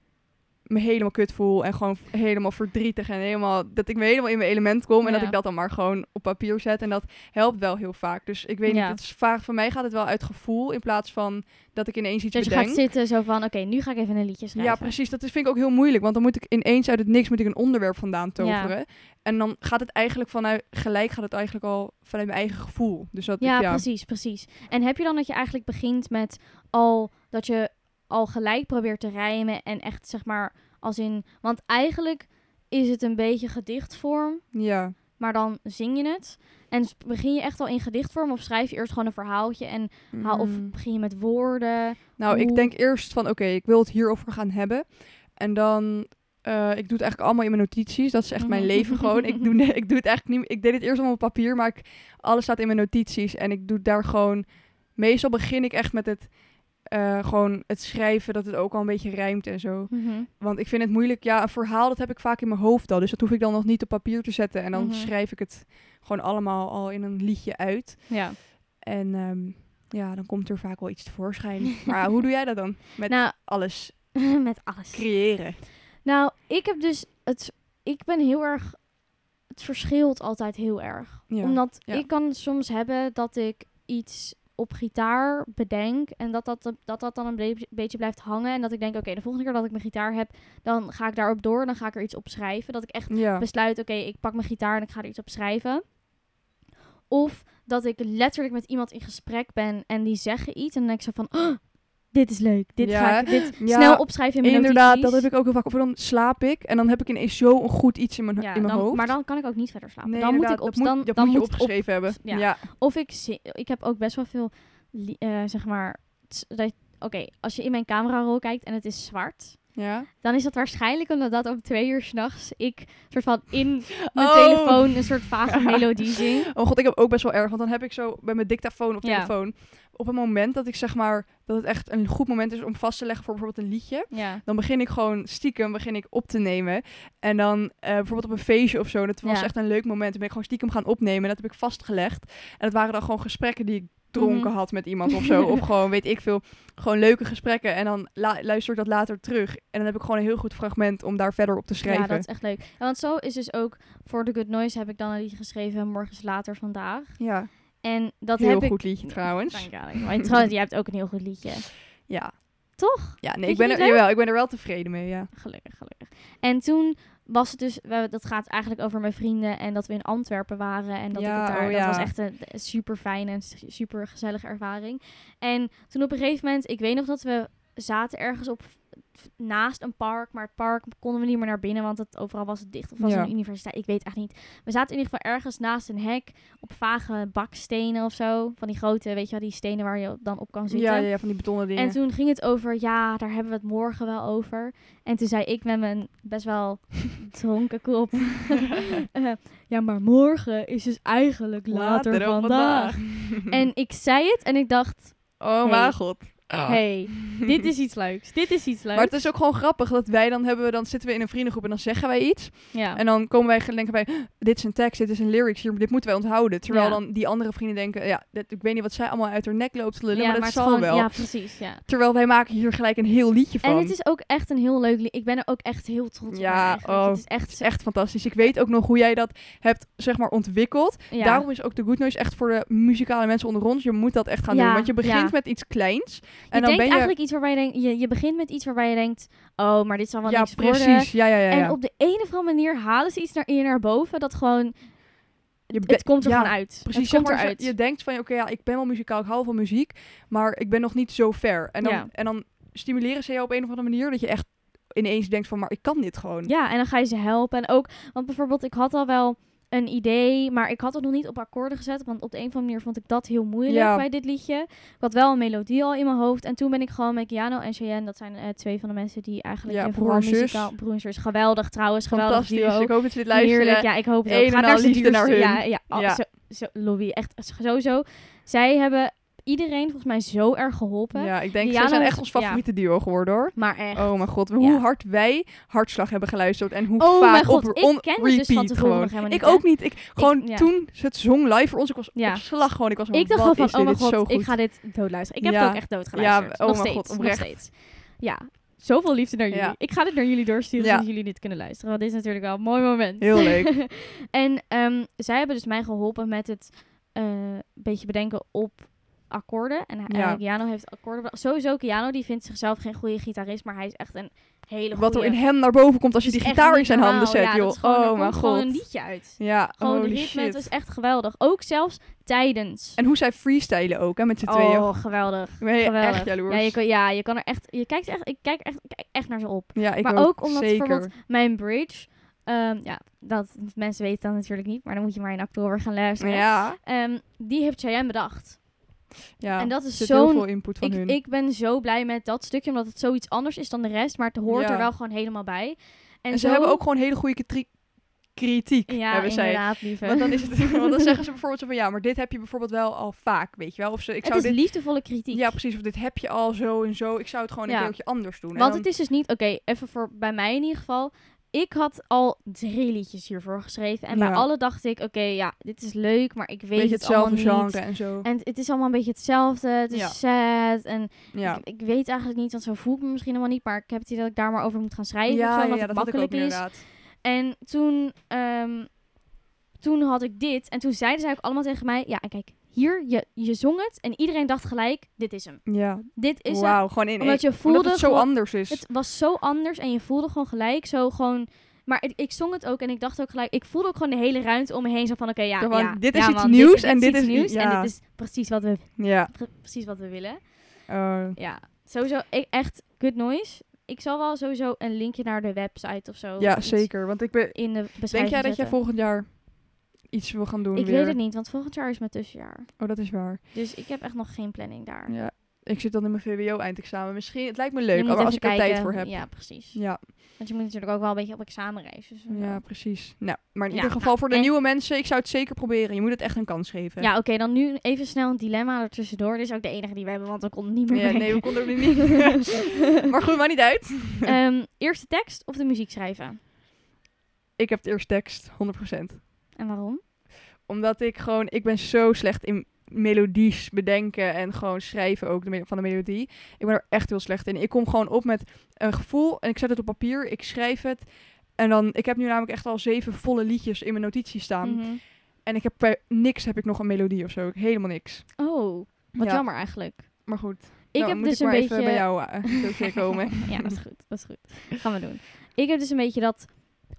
[SPEAKER 2] me helemaal kut voel en gewoon v- helemaal verdrietig en helemaal dat ik me helemaal in mijn element kom en dat
[SPEAKER 1] Ja.
[SPEAKER 2] ik dat dan maar gewoon op papier zet en dat helpt wel heel vaak. Dus ik weet
[SPEAKER 1] Ja.
[SPEAKER 2] niet, het is vaak voor mij gaat het wel uit gevoel in plaats van dat ik ineens iets
[SPEAKER 1] Dus je
[SPEAKER 2] bedenk.
[SPEAKER 1] gaat zitten zo van... Oké, nu ga ik even een liedje schrijven.
[SPEAKER 2] ja, precies. Dat is, vind ik ook heel moeilijk, want dan moet ik ineens uit het niks moet ik een onderwerp vandaan toveren en dan gaat het eigenlijk vanuit gelijk gaat het eigenlijk al vanuit mijn eigen gevoel. Dus dat
[SPEAKER 1] Ja,
[SPEAKER 2] ik, ja
[SPEAKER 1] precies, precies. En heb je dan dat je eigenlijk begint met al dat je al gelijk probeert te rijmen en echt zeg maar als in, want eigenlijk is het een beetje gedichtvorm,
[SPEAKER 2] ja.
[SPEAKER 1] maar dan zing je het. En s- begin je echt al in gedichtvorm of schrijf je eerst gewoon een verhaaltje en haal of
[SPEAKER 2] Mm.
[SPEAKER 1] begin je met woorden?
[SPEAKER 2] Nou, ik
[SPEAKER 1] Hoe-
[SPEAKER 2] denk eerst van oké, ik wil het hierover gaan hebben. En dan, eh, ik doe het eigenlijk allemaal in mijn notities. Dat is echt mijn
[SPEAKER 1] Mhm.
[SPEAKER 2] leven gewoon. Ik doe, ik doe het eigenlijk niet. Ik deed het eerst allemaal op papier, maar ik, alles staat in mijn notities. En ik doe daar gewoon. Meestal begin ik echt met het. eh, gewoon het schrijven, dat het ook al een beetje rijmt en zo. Want ik vind het moeilijk. Ja, een verhaal, dat heb ik vaak in mijn hoofd al. Dus dat hoef ik dan nog niet op papier te zetten. En dan
[SPEAKER 1] Mhm.
[SPEAKER 2] schrijf ik het gewoon allemaal al in een liedje uit.
[SPEAKER 1] Ja.
[SPEAKER 2] En ehm, ja, dan komt er vaak wel iets tevoorschijn. Maar ja, hoe doe jij dat dan? Met
[SPEAKER 1] Nou,
[SPEAKER 2] alles
[SPEAKER 1] met alles.
[SPEAKER 2] creëren.
[SPEAKER 1] Nou, ik heb dus het. Ik ben heel erg. Het verschilt altijd heel erg.
[SPEAKER 2] Ja,
[SPEAKER 1] Omdat
[SPEAKER 2] ja.
[SPEAKER 1] ik kan soms hebben dat ik iets op gitaar bedenk en dat dat, dat, dat dan een ble- beetje blijft hangen. En dat ik denk, oké, de volgende keer dat ik mijn gitaar heb, dan ga ik daarop door en dan ga ik er iets op schrijven. Dat ik echt
[SPEAKER 2] Ja.
[SPEAKER 1] besluit, oké, ik pak mijn gitaar en ik ga er iets op schrijven. Of dat ik letterlijk met iemand in gesprek ben en die zeggen iets en dan denk ik zo van, oh, dit is leuk, dit
[SPEAKER 2] Ja,
[SPEAKER 1] ga ik, dit
[SPEAKER 2] Ja,
[SPEAKER 1] snel opschrijven in mijn
[SPEAKER 2] Inderdaad,
[SPEAKER 1] notities.
[SPEAKER 2] dat heb ik ook heel vaak. Of dan slaap ik en dan heb ik ineens zo'n goed iets in mijn, in mijn
[SPEAKER 1] dan,
[SPEAKER 2] hoofd.
[SPEAKER 1] Maar dan kan ik ook niet verder slapen.
[SPEAKER 2] Nee,
[SPEAKER 1] dan moet ik
[SPEAKER 2] inderdaad,
[SPEAKER 1] op,
[SPEAKER 2] dat
[SPEAKER 1] dan,
[SPEAKER 2] dat
[SPEAKER 1] dan
[SPEAKER 2] moet je
[SPEAKER 1] het op-
[SPEAKER 2] opgeschreven hebben.
[SPEAKER 1] ja.
[SPEAKER 2] Ja.
[SPEAKER 1] of ik, zi- ik heb ook best wel veel, li- eh, zeg maar, t- dat- oké, als je in mijn camerarol kijkt en het is zwart,
[SPEAKER 2] Ja.
[SPEAKER 1] dan is dat waarschijnlijk omdat dat om twee uur s'nachts ik soort van in mijn
[SPEAKER 2] Oh.
[SPEAKER 1] telefoon een soort vage melodie zing.
[SPEAKER 2] Oh god, ik heb ook best wel erg. Want dan heb ik zo bij mijn dictafoon op
[SPEAKER 1] Ja.
[SPEAKER 2] telefoon. Op een moment dat ik zeg maar dat het echt een goed moment is om vast te leggen voor bijvoorbeeld een liedje.
[SPEAKER 1] Ja.
[SPEAKER 2] dan begin ik gewoon stiekem begin ik op te nemen. En dan eh, bijvoorbeeld op een feestje of zo. Dat was
[SPEAKER 1] Ja.
[SPEAKER 2] echt een leuk moment. Toen ben ik gewoon stiekem gaan opnemen. En dat heb ik vastgelegd. En dat waren dan gewoon gesprekken die ik dronken
[SPEAKER 1] Mhm.
[SPEAKER 2] had met iemand of zo. of gewoon, weet ik veel, gewoon leuke gesprekken. En dan la- luister ik dat later terug. En dan heb ik gewoon een heel goed fragment om daar verder op te schrijven.
[SPEAKER 1] Ja, dat is echt leuk. Ja, want zo is dus ook voor The Good Noise heb ik dan een liedje geschreven, morgens later vandaag.
[SPEAKER 2] Ja,
[SPEAKER 1] En dat
[SPEAKER 2] heel
[SPEAKER 1] heb ik...
[SPEAKER 2] goed liedje trouwens.
[SPEAKER 1] Dank je, dank je. Maar trouwens, jij hebt ook een heel goed liedje.
[SPEAKER 2] Ja.
[SPEAKER 1] Toch?
[SPEAKER 2] Ja, nee,
[SPEAKER 1] je
[SPEAKER 2] ik ben,
[SPEAKER 1] niet
[SPEAKER 2] er,
[SPEAKER 1] leuk?
[SPEAKER 2] jawel, ik ben er wel tevreden mee, ja.
[SPEAKER 1] Gelukkig, gelukkig. En toen was het dus, we, dat gaat eigenlijk over mijn vrienden en dat we in Antwerpen waren. En dat
[SPEAKER 2] Ja,
[SPEAKER 1] ik het daar,
[SPEAKER 2] oh
[SPEAKER 1] dat
[SPEAKER 2] ja.
[SPEAKER 1] was echt een super fijne en super gezellige ervaring. En toen op een gegeven moment, ik weet nog dat we zaten ergens op v- naast een park, maar het park konden we niet meer naar binnen, want het, overal was het dicht. Of was het
[SPEAKER 2] Ja.
[SPEAKER 1] een universiteit, ik weet echt niet. We zaten in ieder geval ergens naast een hek op vage bakstenen of zo. Van die grote, weet je wel, die stenen waar je dan op kan zitten.
[SPEAKER 2] Ja, ja, ja, van die betonnen dingen.
[SPEAKER 1] En toen ging het over, ja, daar hebben we het morgen wel over. En toen zei ik met mijn best wel dronken kop. eh, ja, maar morgen is dus eigenlijk later,
[SPEAKER 2] Later op
[SPEAKER 1] vandaag. En ik zei het en ik dacht,
[SPEAKER 2] oh
[SPEAKER 1] Hey.
[SPEAKER 2] mijn god.
[SPEAKER 1] hey, dit is iets leuks. Dit is iets leuks.
[SPEAKER 2] Ah. Maar het is ook gewoon grappig dat wij dan hebben, we- dan zitten we in een vriendengroep en dan zeggen wij iets.
[SPEAKER 1] ja.
[SPEAKER 2] En dan komen wij denken wij, dit is een tekst, dit is een lyrics, hier, dit moeten wij onthouden. Terwijl
[SPEAKER 1] Ja.
[SPEAKER 2] dan die andere vrienden denken, ja, dit- ik weet niet wat zij allemaal uit haar nek loopt te lullen,
[SPEAKER 1] ja,
[SPEAKER 2] maar dat
[SPEAKER 1] het
[SPEAKER 2] zal
[SPEAKER 1] gewoon-
[SPEAKER 2] wel.
[SPEAKER 1] Ja, precies, ja.
[SPEAKER 2] Terwijl wij maken hier gelijk een heel liedje van.
[SPEAKER 1] En het is ook echt een heel leuk lied. Ik ben er ook echt heel trots op.
[SPEAKER 2] Ja,
[SPEAKER 1] eigenlijk.
[SPEAKER 2] oh,
[SPEAKER 1] het is echt,
[SPEAKER 2] Het is echt fantastisch. Ik weet ook nog hoe jij dat hebt, zeg maar, ontwikkeld.
[SPEAKER 1] ja.
[SPEAKER 2] Daarom is ook de Good Noise echt voor de muzikale mensen onder ons. Je moet dat echt gaan
[SPEAKER 1] Ja,
[SPEAKER 2] doen, want je begint
[SPEAKER 1] ja.
[SPEAKER 2] met iets kleins. En
[SPEAKER 1] je
[SPEAKER 2] dan
[SPEAKER 1] denkt
[SPEAKER 2] ben je...
[SPEAKER 1] eigenlijk iets waarbij je denkt, je, je begint met iets waarbij je denkt, oh, maar dit zal wel
[SPEAKER 2] ja,
[SPEAKER 1] niks
[SPEAKER 2] precies.
[SPEAKER 1] worden.
[SPEAKER 2] Ja, ja, ja. ja.
[SPEAKER 1] En op de een of andere manier halen ze iets naar, in naar boven dat gewoon.
[SPEAKER 2] Je be-
[SPEAKER 1] Het komt er
[SPEAKER 2] ja,
[SPEAKER 1] gewoon uit.
[SPEAKER 2] Precies,
[SPEAKER 1] het
[SPEAKER 2] zeg
[SPEAKER 1] komt
[SPEAKER 2] maar,
[SPEAKER 1] eruit.
[SPEAKER 2] zo- je denkt van, oké, ja, ik ben wel muzikaal, ik hou van muziek, maar ik ben nog niet zo ver. En dan,
[SPEAKER 1] Ja.
[SPEAKER 2] en dan stimuleren ze je op een of andere manier dat je echt ineens denkt van, maar ik kan dit gewoon.
[SPEAKER 1] Ja, en dan ga je ze helpen. En ook, want bijvoorbeeld, ik had al wel een idee, maar ik had het nog niet op akkoorden gezet. Want op de een of andere manier vond ik dat heel moeilijk
[SPEAKER 2] Ja.
[SPEAKER 1] bij dit liedje. Ik had wel een melodie al in mijn hoofd. En toen ben ik gewoon met Jano en Cheyenne, dat zijn eh, twee van de mensen die eigenlijk
[SPEAKER 2] Ja,
[SPEAKER 1] in
[SPEAKER 2] broer
[SPEAKER 1] vooral
[SPEAKER 2] en zus.
[SPEAKER 1] muzikaal... Broer en zus, geweldig trouwens, geweldig
[SPEAKER 2] Fantastisch,
[SPEAKER 1] duo.
[SPEAKER 2] ik hoop dat ze dit luisteren.
[SPEAKER 1] Heerlijk, ja, ik hoop het ook.
[SPEAKER 2] Een
[SPEAKER 1] Ga
[SPEAKER 2] en
[SPEAKER 1] naar
[SPEAKER 2] al
[SPEAKER 1] ze
[SPEAKER 2] liefde naar
[SPEAKER 1] duurste-
[SPEAKER 2] hun.
[SPEAKER 1] Ja, ja, al-
[SPEAKER 2] Ja.
[SPEAKER 1] Zo, zo, Louis, echt sowieso. Zij hebben iedereen volgens mij zo erg geholpen.
[SPEAKER 2] Ja, ik denk,
[SPEAKER 1] Diana
[SPEAKER 2] zij zijn
[SPEAKER 1] was-
[SPEAKER 2] echt ons
[SPEAKER 1] ja.
[SPEAKER 2] favoriete duo geworden hoor.
[SPEAKER 1] Maar eh, echt.
[SPEAKER 2] Oh mijn god,
[SPEAKER 1] Ja.
[SPEAKER 2] hoe hard wij Hartslag hebben geluisterd en hoe
[SPEAKER 1] Oh
[SPEAKER 2] vaak
[SPEAKER 1] mijn god,
[SPEAKER 2] op
[SPEAKER 1] ik
[SPEAKER 2] on
[SPEAKER 1] ken het dus
[SPEAKER 2] repeat
[SPEAKER 1] van tevoren
[SPEAKER 2] gewoon.
[SPEAKER 1] nog helemaal niet,
[SPEAKER 2] ik
[SPEAKER 1] hè?
[SPEAKER 2] ook niet. Ik, gewoon
[SPEAKER 1] ja.
[SPEAKER 2] toen ze het zong live voor ons, ik was
[SPEAKER 1] Ja.
[SPEAKER 2] op slag gewoon. Ik was
[SPEAKER 1] ik dacht
[SPEAKER 2] wat
[SPEAKER 1] wel van,
[SPEAKER 2] is
[SPEAKER 1] oh
[SPEAKER 2] dit?
[SPEAKER 1] mijn
[SPEAKER 2] Dit is zo
[SPEAKER 1] god, ik
[SPEAKER 2] goed.
[SPEAKER 1] ga dit doodluisteren. Ik heb
[SPEAKER 2] Ja.
[SPEAKER 1] het ook echt doodgeluisterd.
[SPEAKER 2] Ja, oh
[SPEAKER 1] nog
[SPEAKER 2] mijn god,
[SPEAKER 1] steeds, nog
[SPEAKER 2] oprecht.
[SPEAKER 1] steeds. Ja, zoveel liefde naar jullie.
[SPEAKER 2] Ja.
[SPEAKER 1] Ik ga dit naar jullie doorsturen,
[SPEAKER 2] Ja.
[SPEAKER 1] zodat jullie dit kunnen luisteren. Want dit is natuurlijk wel een mooi moment.
[SPEAKER 2] Heel leuk.
[SPEAKER 1] en ehm, zij hebben dus mij geholpen met het eh, beetje bedenken op akkoorden. En hij-
[SPEAKER 2] Ja.
[SPEAKER 1] Jano heeft akkoorden. be- Sowieso Jano die vindt zichzelf geen goede gitarist, maar hij is echt een hele goede.
[SPEAKER 2] Wat er in hem naar boven komt als je die gitaar in zijn handen zet, joh. oh mijn
[SPEAKER 1] gewoon een
[SPEAKER 2] god.
[SPEAKER 1] liedje uit.
[SPEAKER 2] Ja,
[SPEAKER 1] Gewoon de
[SPEAKER 2] holy
[SPEAKER 1] ritme, het
[SPEAKER 2] shit.
[SPEAKER 1] was echt geweldig. Ook zelfs tijdens.
[SPEAKER 2] En hoe zij freestylen ook, hè, met z'n tweeën.
[SPEAKER 1] Oh, geweldig.
[SPEAKER 2] Ik ben je
[SPEAKER 1] geweldig.
[SPEAKER 2] echt jaloers.
[SPEAKER 1] Ja, je kan, ja, je kan er echt. Je kijkt echt. Ik kijk echt, kijk echt naar ze op.
[SPEAKER 2] Ja, ik
[SPEAKER 1] maar
[SPEAKER 2] ook,
[SPEAKER 1] ook omdat
[SPEAKER 2] zeker.
[SPEAKER 1] bijvoorbeeld Mijn bridge. ehm, ja, dat mensen weten dat natuurlijk niet, maar dan moet je maar in oktober gaan luisteren.
[SPEAKER 2] ja,
[SPEAKER 1] Ehm, die heeft Cheyenne bedacht.
[SPEAKER 2] ja.
[SPEAKER 1] en dat is
[SPEAKER 2] Er zit heel
[SPEAKER 1] zo'n-
[SPEAKER 2] veel input van hun.
[SPEAKER 1] Ik, ik ben zo blij met dat stukje, omdat het zoiets anders is dan de rest, maar het hoort
[SPEAKER 2] Ja.
[SPEAKER 1] er wel gewoon helemaal bij. En,
[SPEAKER 2] en ze
[SPEAKER 1] zo-
[SPEAKER 2] hebben ook gewoon hele goede kritiek- kritiek,
[SPEAKER 1] Ja,
[SPEAKER 2] hebben zij.
[SPEAKER 1] inderdaad, lieve.
[SPEAKER 2] Want dan, is het, want dan zeggen ze bijvoorbeeld zo van ja, maar dit heb je bijvoorbeeld wel al vaak, weet je wel. Of ze, ik
[SPEAKER 1] het
[SPEAKER 2] zou
[SPEAKER 1] is
[SPEAKER 2] dit,
[SPEAKER 1] liefdevolle kritiek.
[SPEAKER 2] ja, precies. Of dit heb je al zo en zo. Ik zou het gewoon
[SPEAKER 1] Ja.
[SPEAKER 2] een keertje anders doen. En
[SPEAKER 1] Want
[SPEAKER 2] dan-
[SPEAKER 1] het is dus niet, oké, even voor bij mij in ieder geval. Ik had al drie liedjes hiervoor geschreven. En bij
[SPEAKER 2] Ja.
[SPEAKER 1] alle dacht ik, oké, ja, dit is leuk, maar ik weet
[SPEAKER 2] beetje
[SPEAKER 1] het allemaal
[SPEAKER 2] hetzelfde
[SPEAKER 1] niet.
[SPEAKER 2] genre en zo.
[SPEAKER 1] En het is allemaal een beetje hetzelfde. Het is
[SPEAKER 2] Ja.
[SPEAKER 1] sad. En
[SPEAKER 2] ja.
[SPEAKER 1] ik, ik weet eigenlijk niet, want zo voel ik me misschien helemaal niet. Maar ik heb het idee dat ik daar maar over moet gaan
[SPEAKER 2] Ja,
[SPEAKER 1] schrijven. of zo,
[SPEAKER 2] ja,
[SPEAKER 1] omdat
[SPEAKER 2] ja,
[SPEAKER 1] het
[SPEAKER 2] dat had ik ook
[SPEAKER 1] makkelijk is.
[SPEAKER 2] inderdaad.
[SPEAKER 1] En toen, ehm, toen had ik dit. En toen zeiden zij ook allemaal tegen mij, ja, en kijk, hier, je, je zong het. En iedereen dacht gelijk, dit is hem.
[SPEAKER 2] Ja,
[SPEAKER 1] Dit is hem.
[SPEAKER 2] wauw. Gewoon in één.
[SPEAKER 1] Omdat je voelde
[SPEAKER 2] Omdat het zo
[SPEAKER 1] gewoon-
[SPEAKER 2] anders is.
[SPEAKER 1] het was zo anders en je voelde gewoon gelijk zo gewoon... Maar ik, ik zong het ook en ik dacht ook gelijk... Ik voelde ook gewoon de hele ruimte om me heen zo van... Oké, ja,
[SPEAKER 2] Zo van,
[SPEAKER 1] ja,
[SPEAKER 2] dit is
[SPEAKER 1] ja,
[SPEAKER 2] iets
[SPEAKER 1] man,
[SPEAKER 2] nieuws
[SPEAKER 1] dit,
[SPEAKER 2] en dit
[SPEAKER 1] iets
[SPEAKER 2] is i-
[SPEAKER 1] nieuws en
[SPEAKER 2] ja.
[SPEAKER 1] dit is precies wat we,
[SPEAKER 2] ja.
[SPEAKER 1] pre- precies wat we willen.
[SPEAKER 2] eh,
[SPEAKER 1] Ja, sowieso ik, echt good noise. Ik zal wel sowieso een linkje naar de website of zo... of
[SPEAKER 2] ja,
[SPEAKER 1] Oh, iets
[SPEAKER 2] zeker. Want ik ben...
[SPEAKER 1] In de beschrijving
[SPEAKER 2] Denk jij dat jij
[SPEAKER 1] zetten.
[SPEAKER 2] volgend jaar iets wil gaan doen
[SPEAKER 1] Ik
[SPEAKER 2] weer?
[SPEAKER 1] weet het niet, want volgend jaar is mijn tussenjaar.
[SPEAKER 2] Oh, dat is waar.
[SPEAKER 1] Dus ik heb echt nog geen planning daar.
[SPEAKER 2] Ja. Ik zit dan in mijn VWO-eindexamen. Misschien, het lijkt me
[SPEAKER 1] Je
[SPEAKER 2] leuk,
[SPEAKER 1] moet
[SPEAKER 2] maar als ik
[SPEAKER 1] even
[SPEAKER 2] er tijd
[SPEAKER 1] kijken.
[SPEAKER 2] voor heb.
[SPEAKER 1] Ja, precies.
[SPEAKER 2] ja.
[SPEAKER 1] Want je moet natuurlijk ook wel een beetje op examenreis. Dus eh,
[SPEAKER 2] Ja, precies. Nou, maar in
[SPEAKER 1] Ja,
[SPEAKER 2] ieder geval
[SPEAKER 1] nou,
[SPEAKER 2] voor de
[SPEAKER 1] en-
[SPEAKER 2] nieuwe mensen, ik zou het zeker proberen. Je moet het echt een kans geven.
[SPEAKER 1] Ja, oké, dan nu even snel een dilemma er tussendoor. Dit is ook de enige die we hebben, want we konden niet meer
[SPEAKER 2] Nee, nee, we
[SPEAKER 1] bedenken.
[SPEAKER 2] konden er nu niet. maar goed, maakt niet uit.
[SPEAKER 1] Ehm, eerst de tekst of de muziek schrijven?
[SPEAKER 2] Ik heb het eerst tekst, 100%.
[SPEAKER 1] En waarom?
[SPEAKER 2] Omdat ik gewoon, ik ben zo slecht in melodies bedenken en gewoon schrijven ook de me- van de melodie. Ik ben er echt heel slecht in. Ik kom gewoon op met een gevoel en ik zet het op papier, ik schrijf het. En dan, ik heb nu namelijk echt al zeven volle liedjes in mijn notitie staan.
[SPEAKER 1] Mhm.
[SPEAKER 2] En ik heb bij niks, heb ik nog een melodie of zo. Helemaal niks.
[SPEAKER 1] Oh, wat
[SPEAKER 2] Ja,
[SPEAKER 1] jammer eigenlijk.
[SPEAKER 2] Maar goed.
[SPEAKER 1] Ik
[SPEAKER 2] Nou,
[SPEAKER 1] heb
[SPEAKER 2] moet
[SPEAKER 1] dus
[SPEAKER 2] ik
[SPEAKER 1] een
[SPEAKER 2] maar
[SPEAKER 1] beetje...
[SPEAKER 2] even bij jou eh, zo keer komen.
[SPEAKER 1] ja, dat is goed, dat is goed. Gaan we doen. Ik heb dus een beetje dat...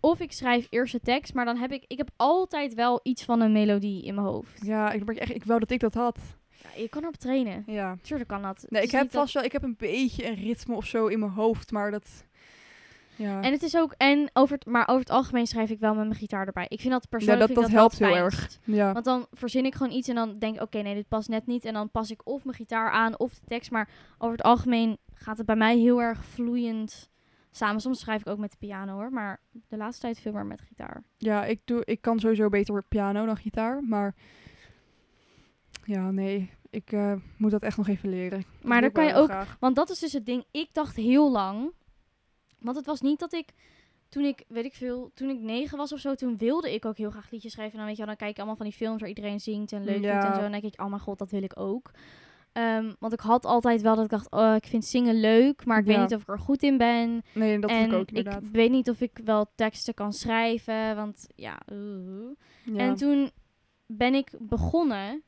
[SPEAKER 1] Of ik schrijf eerst de tekst, maar dan heb ik... Ik heb altijd wel iets van een melodie in mijn hoofd.
[SPEAKER 2] Ja, ik, ben echt, ik wou dat ik dat had.
[SPEAKER 1] Ja, je kan erop trainen.
[SPEAKER 2] Ja.
[SPEAKER 1] Tuurlijk kan dat. Het
[SPEAKER 2] Nee, ik
[SPEAKER 1] is
[SPEAKER 2] heb
[SPEAKER 1] Dus niet dat-
[SPEAKER 2] vast wel, ik heb een beetje een ritme of zo in mijn hoofd, maar dat. Ja,
[SPEAKER 1] En het is ook, en over het, maar over het algemeen schrijf ik wel met mijn gitaar erbij. Ik vind dat persoonlijk.
[SPEAKER 2] dat-
[SPEAKER 1] vind ik
[SPEAKER 2] dat
[SPEAKER 1] dat
[SPEAKER 2] helpt heel
[SPEAKER 1] fijnst.
[SPEAKER 2] ja.
[SPEAKER 1] Want dan verzin ik gewoon iets en dan denk ik, oké, nee, dit past net niet. En dan pas ik of mijn gitaar aan of de tekst. Maar over het algemeen gaat het bij mij heel erg vloeiend samen. Soms schrijf ik ook met de piano hoor, maar de laatste tijd veel meer met gitaar.
[SPEAKER 2] ja ik, doe, ik kan sowieso beter piano dan gitaar, maar. Ja, nee, ik eh, moet dat echt nog even leren. Dat
[SPEAKER 1] Maar dan
[SPEAKER 2] wil ik
[SPEAKER 1] kan
[SPEAKER 2] wel
[SPEAKER 1] je
[SPEAKER 2] heel
[SPEAKER 1] ook,
[SPEAKER 2] graag.
[SPEAKER 1] want dat is dus het ding. Ik dacht heel lang, want het was niet dat ik, toen ik, weet ik veel, toen ik negen was of zo, toen wilde ik ook heel graag liedjes schrijven. En dan weet je wel, dan kijk ik allemaal van die films waar iedereen zingt en leuk doet
[SPEAKER 2] Ja.
[SPEAKER 1] en zo. En dan denk ik, oh mijn god, dat wil ik ook. Ehm, want ik had altijd wel dat ik dacht, oh, ik vind zingen leuk, maar ik
[SPEAKER 2] Ja.
[SPEAKER 1] weet niet of ik er goed in ben.
[SPEAKER 2] Nee, dat
[SPEAKER 1] en
[SPEAKER 2] vind ik ook inderdaad.
[SPEAKER 1] ik weet niet of ik wel teksten kan schrijven, want ja. eh.
[SPEAKER 2] Ja.
[SPEAKER 1] En toen ben ik begonnen.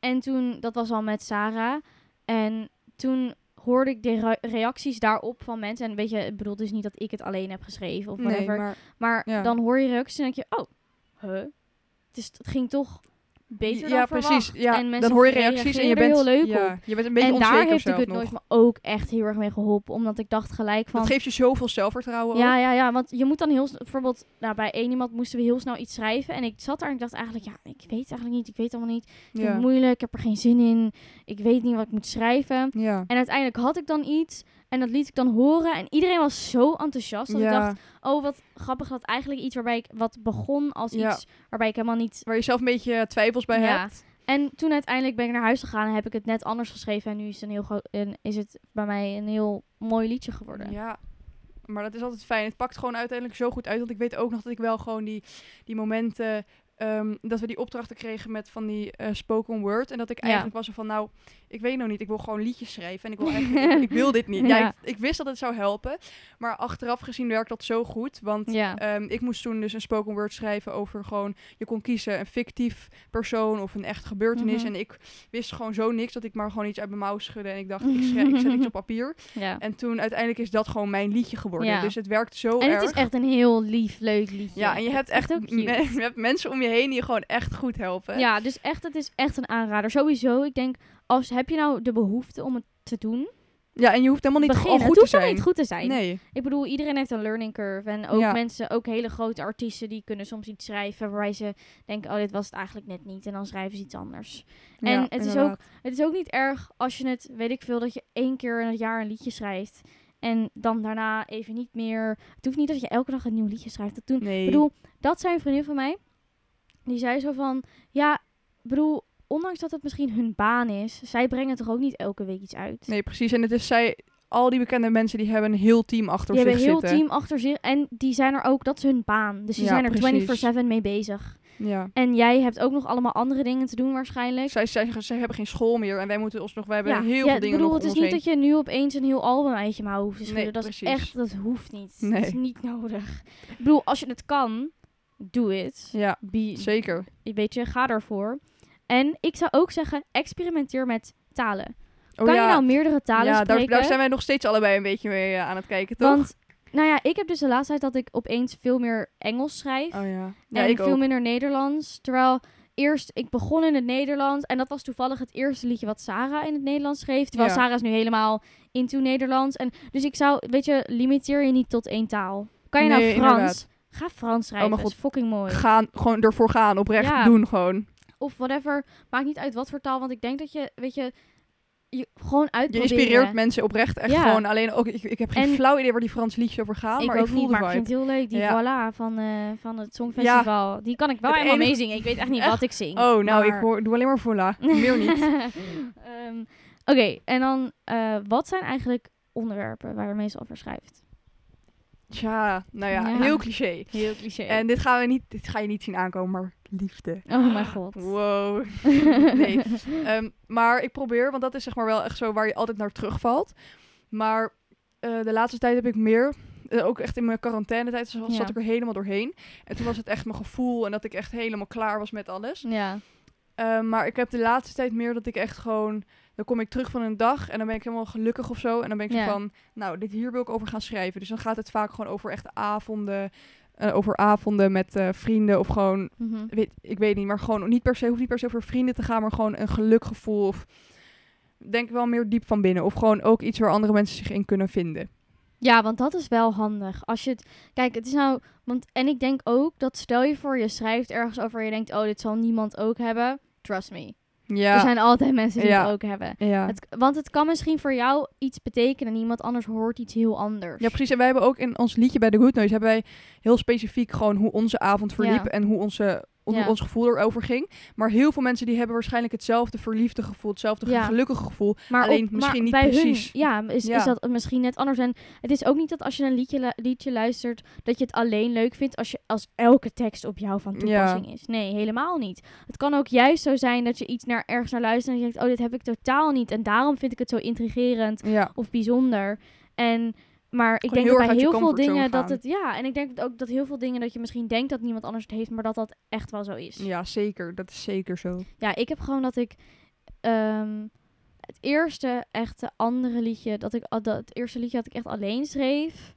[SPEAKER 1] En toen, dat was al met Sarah. En toen hoorde ik de re- reacties daarop van mensen. En weet je, ik bedoel dus niet dat ik het alleen heb geschreven of
[SPEAKER 2] nee,
[SPEAKER 1] whatever. maar
[SPEAKER 2] maar ja.
[SPEAKER 1] dan hoor je reacties en denk je, oh, huh? Het, is, het ging toch beter
[SPEAKER 2] ja,
[SPEAKER 1] dan
[SPEAKER 2] precies.
[SPEAKER 1] verwacht.
[SPEAKER 2] Ja,
[SPEAKER 1] en mensen
[SPEAKER 2] dan hoor je reacties en je
[SPEAKER 1] reageren
[SPEAKER 2] bent
[SPEAKER 1] er heel leuk
[SPEAKER 2] ja,
[SPEAKER 1] op.
[SPEAKER 2] Je bent een beetje
[SPEAKER 1] En daar
[SPEAKER 2] onzeker
[SPEAKER 1] heeft dus de
[SPEAKER 2] zelf
[SPEAKER 1] Good
[SPEAKER 2] nog.
[SPEAKER 1] Noise me ook echt heel erg mee geholpen. Omdat ik dacht gelijk van...
[SPEAKER 2] Dat geeft je zoveel zelfvertrouwen. ook.
[SPEAKER 1] Ja, ja, ja. Want je moet dan heel... s- Bijvoorbeeld, nou, bij één iemand moesten we heel snel iets schrijven. En ik zat daar en ik dacht eigenlijk... Ja, ik weet het eigenlijk niet. Ik weet het allemaal niet. Ik vind
[SPEAKER 2] ja.
[SPEAKER 1] het moeilijk. Ik heb er geen zin in. Ik weet niet wat ik moet schrijven.
[SPEAKER 2] ja.
[SPEAKER 1] En uiteindelijk had ik dan iets. En dat liet ik dan horen. En iedereen was zo enthousiast. Dat ik
[SPEAKER 2] Ja.
[SPEAKER 1] dacht... Oh, wat grappig dat eigenlijk iets waarbij ik... Wat begon als
[SPEAKER 2] Ja.
[SPEAKER 1] iets waarbij ik helemaal niet...
[SPEAKER 2] Waar je zelf een beetje twijfels bij
[SPEAKER 1] Ja.
[SPEAKER 2] hebt.
[SPEAKER 1] En toen uiteindelijk ben ik naar huis gegaan. En heb ik het net anders geschreven. En nu is het, een heel gro- en is het bij mij een heel mooi liedje geworden.
[SPEAKER 2] Ja, maar dat is altijd fijn. Het pakt gewoon uiteindelijk zo goed uit. Want ik weet ook nog dat ik wel gewoon die, die momenten. ehm, dat we die opdrachten kregen met van die eh, spoken word. En dat ik
[SPEAKER 1] Ja.
[SPEAKER 2] eigenlijk was er van, nou, ik weet nog niet. Ik wil gewoon liedjes schrijven. En ik wil eigenlijk, ik, ik wil dit niet. Ja,
[SPEAKER 1] Ja.
[SPEAKER 2] ik, ik wist dat het zou helpen. Maar achteraf gezien werkt dat zo goed. Want
[SPEAKER 1] Ja.
[SPEAKER 2] Ehm, ik moest toen dus een spoken word schrijven over gewoon... Je kon kiezen een fictief persoon of een echt gebeurtenis.
[SPEAKER 1] Mhm.
[SPEAKER 2] En ik wist gewoon zo niks dat ik maar gewoon iets uit mijn mouw schudde. En ik dacht, ik, schrijf, ik zet iets op papier.
[SPEAKER 1] ja.
[SPEAKER 2] En toen uiteindelijk is dat gewoon mijn liedje geworden.
[SPEAKER 1] Ja.
[SPEAKER 2] Dus het werkt zo
[SPEAKER 1] En
[SPEAKER 2] erg.
[SPEAKER 1] het is echt een heel lief, leuk liedje.
[SPEAKER 2] ja, en je hebt echt,
[SPEAKER 1] ook cute.
[SPEAKER 2] me- je hebt mensen om je heen die je gewoon echt goed helpen.
[SPEAKER 1] Ja, dus echt, het is echt een aanrader. Sowieso, ik denk, als heb je nou de behoefte om het te doen,
[SPEAKER 2] Ja, en je hoeft helemaal niet
[SPEAKER 1] begin.
[SPEAKER 2] al
[SPEAKER 1] het
[SPEAKER 2] goed
[SPEAKER 1] hoeft
[SPEAKER 2] te zijn.
[SPEAKER 1] helemaal niet goed te zijn.
[SPEAKER 2] Nee,
[SPEAKER 1] Ik bedoel, iedereen heeft een learning curve. En ook
[SPEAKER 2] Ja.
[SPEAKER 1] mensen, ook hele grote artiesten, die kunnen soms iets schrijven waarbij ze denken, oh, dit was het eigenlijk net niet. En dan schrijven ze iets anders. En
[SPEAKER 2] Ja,
[SPEAKER 1] het is ook-
[SPEAKER 2] inderdaad.
[SPEAKER 1] Het is ook niet erg als je het, weet ik veel, dat je één keer in het jaar een liedje schrijft. En dan daarna even niet meer. Het hoeft niet dat je elke dag een nieuw liedje schrijft. Dat doen
[SPEAKER 2] Nee.
[SPEAKER 1] Ik bedoel, dat zijn vriendin van mij. Die zei zo van, ja, ik bedoel, ondanks dat het misschien hun baan is, zij brengen toch ook niet elke week iets uit.
[SPEAKER 2] nee, precies. En het is zij... Al die bekende mensen die hebben een heel team achter
[SPEAKER 1] Die hebben
[SPEAKER 2] zich
[SPEAKER 1] heel
[SPEAKER 2] zitten.
[SPEAKER 1] team achter zich en die zijn er ook, dat is hun baan. Dus die
[SPEAKER 2] Ja,
[SPEAKER 1] zijn er 24-7 mee bezig.
[SPEAKER 2] Ja.
[SPEAKER 1] En jij hebt ook nog allemaal andere dingen te doen waarschijnlijk.
[SPEAKER 2] Zij, zij, zij hebben geen school meer en wij moeten ons nog. Wij hebben
[SPEAKER 1] ja,
[SPEAKER 2] heel veel dingen
[SPEAKER 1] ik bedoel,
[SPEAKER 2] nog
[SPEAKER 1] het is
[SPEAKER 2] om
[SPEAKER 1] niet
[SPEAKER 2] ons
[SPEAKER 1] dat je nu opeens een heel album uit je mouw hoeft te schudden.
[SPEAKER 2] Nee,
[SPEAKER 1] dat
[SPEAKER 2] precies.
[SPEAKER 1] is echt, dat hoeft niet. Dat is
[SPEAKER 2] Nee.
[SPEAKER 1] niet nodig. Ik bedoel, als je het kan, doe het.
[SPEAKER 2] heen. Ja,
[SPEAKER 1] Be,
[SPEAKER 2] zeker.
[SPEAKER 1] weet je, ga daarvoor. En ik zou ook zeggen, experimenteer met talen.
[SPEAKER 2] Oh,
[SPEAKER 1] kan
[SPEAKER 2] ja.
[SPEAKER 1] je nou meerdere talen
[SPEAKER 2] ja, daar,
[SPEAKER 1] spreken?
[SPEAKER 2] daar zijn wij nog steeds allebei een beetje mee eh, aan het kijken, toch?
[SPEAKER 1] Want, nou ja, ik heb dus de laatste tijd dat ik opeens veel meer Engels schrijf.
[SPEAKER 2] oh ja. Ja,
[SPEAKER 1] en
[SPEAKER 2] ik
[SPEAKER 1] veel
[SPEAKER 2] ook.
[SPEAKER 1] minder Nederlands. Terwijl eerst, ik begon in het Nederlands. En dat was toevallig het eerste liedje wat Sarah in het Nederlands schreef. Terwijl
[SPEAKER 2] Ja.
[SPEAKER 1] Sarah is nu helemaal into Nederlands. En, dus ik zou, weet je, limiteer je niet tot één taal. Kan je
[SPEAKER 2] Nee,
[SPEAKER 1] nou Frans?
[SPEAKER 2] inderdaad. Oh,
[SPEAKER 1] Ga Frans schrijven,
[SPEAKER 2] mijn
[SPEAKER 1] is fucking mooi.
[SPEAKER 2] Gaan, gewoon ervoor gaan, oprecht
[SPEAKER 1] Ja.
[SPEAKER 2] doen gewoon.
[SPEAKER 1] of whatever. Maakt niet uit wat voor taal. Want ik denk dat je, weet je, je gewoon
[SPEAKER 2] Je
[SPEAKER 1] uitproberen.
[SPEAKER 2] inspireert mensen oprecht echt
[SPEAKER 1] Ja.
[SPEAKER 2] gewoon. Alleen ook, ik, ik heb geen
[SPEAKER 1] En-
[SPEAKER 2] flauw idee waar die Frans liedjes over gaan,
[SPEAKER 1] Ik
[SPEAKER 2] maar
[SPEAKER 1] ook
[SPEAKER 2] ik voel
[SPEAKER 1] niet,
[SPEAKER 2] de
[SPEAKER 1] maar ik
[SPEAKER 2] vibe.
[SPEAKER 1] vind het heel leuk. Die
[SPEAKER 2] Ja.
[SPEAKER 1] voilà van, eh, van het Songfestival. Die kan ik wel
[SPEAKER 2] Het
[SPEAKER 1] helemaal
[SPEAKER 2] enige-
[SPEAKER 1] meezingen. Ik weet echt niet
[SPEAKER 2] Echt?
[SPEAKER 1] wat ik zing.
[SPEAKER 2] Oh, nou, ik
[SPEAKER 1] maar-
[SPEAKER 2] hoor, doe alleen maar voila. Meer niet.
[SPEAKER 1] Ehm, Oké, en dan eh, wat zijn eigenlijk onderwerpen waar je meestal over schrijft?
[SPEAKER 2] Tja, nou ja,
[SPEAKER 1] Ja.
[SPEAKER 2] heel cliché.
[SPEAKER 1] Heel cliché.
[SPEAKER 2] En dit, gaan we niet, dit ga je niet zien aankomen, maar liefde.
[SPEAKER 1] oh mijn god.
[SPEAKER 2] Wow. nee. Ehm, maar ik probeer, want dat is zeg maar wel echt zo waar je altijd naar terugvalt. Maar eh, de laatste tijd heb ik meer, eh, ook echt in mijn quarantainetijd, zo-
[SPEAKER 1] Ja.
[SPEAKER 2] zat ik er helemaal doorheen. En toen was het echt mijn gevoel en dat ik echt helemaal klaar was met alles.
[SPEAKER 1] Ja,
[SPEAKER 2] Ehm, maar ik heb de laatste tijd meer dat ik echt gewoon, dan kom ik terug van een dag en dan ben ik helemaal gelukkig of zo. En dan ben ik zo
[SPEAKER 1] Ja.
[SPEAKER 2] van, nou, dit hier wil ik over gaan schrijven. Dus dan gaat het vaak gewoon over echt avonden. ehm, eh, over avonden met eh, vrienden of gewoon
[SPEAKER 1] Mhm.
[SPEAKER 2] weet, ik weet niet, maar gewoon niet per se, hoeft niet per se over vrienden te gaan, maar gewoon een gelukgevoel of denk wel meer diep van binnen. Of gewoon ook iets waar andere mensen zich in kunnen vinden.
[SPEAKER 1] Ja, want dat is wel handig. Als je het. Kijk, het is nou. Want, en ik denk ook dat stel je voor, je schrijft ergens over en je denkt, oh, dit zal niemand ook hebben. Trust me.
[SPEAKER 2] Ja,
[SPEAKER 1] Er zijn altijd mensen die
[SPEAKER 2] Ja.
[SPEAKER 1] het ook hebben.
[SPEAKER 2] ja.
[SPEAKER 1] Het, want het kan misschien voor jou iets betekenen en iemand anders hoort iets heel anders.
[SPEAKER 2] ja, precies. En wij hebben ook in ons liedje bij de Good Noise, hebben wij heel specifiek gewoon hoe onze avond verliep
[SPEAKER 1] Ja.
[SPEAKER 2] en hoe onze hoe
[SPEAKER 1] Ja.
[SPEAKER 2] ons gevoel erover ging. Maar heel veel mensen die hebben waarschijnlijk hetzelfde verliefde gevoel, hetzelfde
[SPEAKER 1] Ja.
[SPEAKER 2] gelukkige gevoel.
[SPEAKER 1] Maar
[SPEAKER 2] alleen misschien niet
[SPEAKER 1] bij hun,
[SPEAKER 2] precies.
[SPEAKER 1] ja, is,
[SPEAKER 2] Ja.
[SPEAKER 1] is dat misschien net anders. En het is ook niet dat als je een liedje, lu- liedje luistert, dat je het alleen leuk vindt als, je, als elke tekst op jou van
[SPEAKER 2] Ja.
[SPEAKER 1] toepassing is. Nee, helemaal niet. Het kan ook juist zo zijn dat je iets naar ergens naar luistert en je denkt, oh, dit heb ik totaal niet. En daarom vind ik het zo intrigerend
[SPEAKER 2] Ja,
[SPEAKER 1] of bijzonder. En, maar ik
[SPEAKER 2] Gewoon
[SPEAKER 1] denk
[SPEAKER 2] heel
[SPEAKER 1] dat bij
[SPEAKER 2] erg uit je
[SPEAKER 1] heel veel
[SPEAKER 2] comfortzone
[SPEAKER 1] dingen dat
[SPEAKER 2] gaan.
[SPEAKER 1] het, ja, en ik denk ook dat heel veel dingen dat je misschien denkt dat niemand anders het heeft, maar dat dat echt wel zo is.
[SPEAKER 2] ja zeker. Dat is zeker zo.
[SPEAKER 1] Ja, ik heb gewoon dat ik ehm, het eerste echte andere liedje dat ik al- dat het eerste liedje dat ik echt alleen schreef,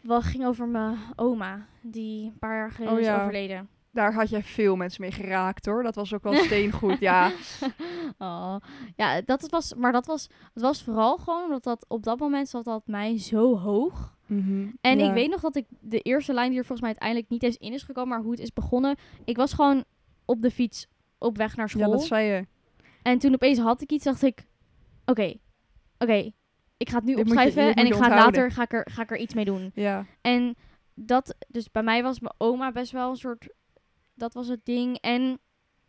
[SPEAKER 1] wat ging over mijn oma die een paar jaar geleden
[SPEAKER 2] Oh
[SPEAKER 1] is
[SPEAKER 2] ja.
[SPEAKER 1] overleden.
[SPEAKER 2] Daar had jij veel mensen mee geraakt hoor. Dat was ook wel steengoed. ja,
[SPEAKER 1] Oh. Ja, dat was, maar dat was, het was vooral gewoon omdat dat op dat moment zat dat mij zo hoog.
[SPEAKER 2] Mhm.
[SPEAKER 1] En
[SPEAKER 2] Ja.
[SPEAKER 1] ik weet nog dat ik de eerste lijn die er volgens mij uiteindelijk niet eens in is gekomen, maar hoe het is begonnen. Ik was gewoon op de fiets op weg naar
[SPEAKER 2] Ja,
[SPEAKER 1] school.
[SPEAKER 2] dat zei je.
[SPEAKER 1] En toen opeens had ik iets, dacht ik, oké, oké, ik ga het nu
[SPEAKER 2] Dit moet je-
[SPEAKER 1] opschrijven
[SPEAKER 2] dit moet
[SPEAKER 1] en
[SPEAKER 2] je
[SPEAKER 1] ik ga het
[SPEAKER 2] onthouden.
[SPEAKER 1] later ga ik er, ga ik er iets mee doen.
[SPEAKER 2] Ja.
[SPEAKER 1] En dat, dus bij mij was mijn oma best wel een soort, dat was het ding. En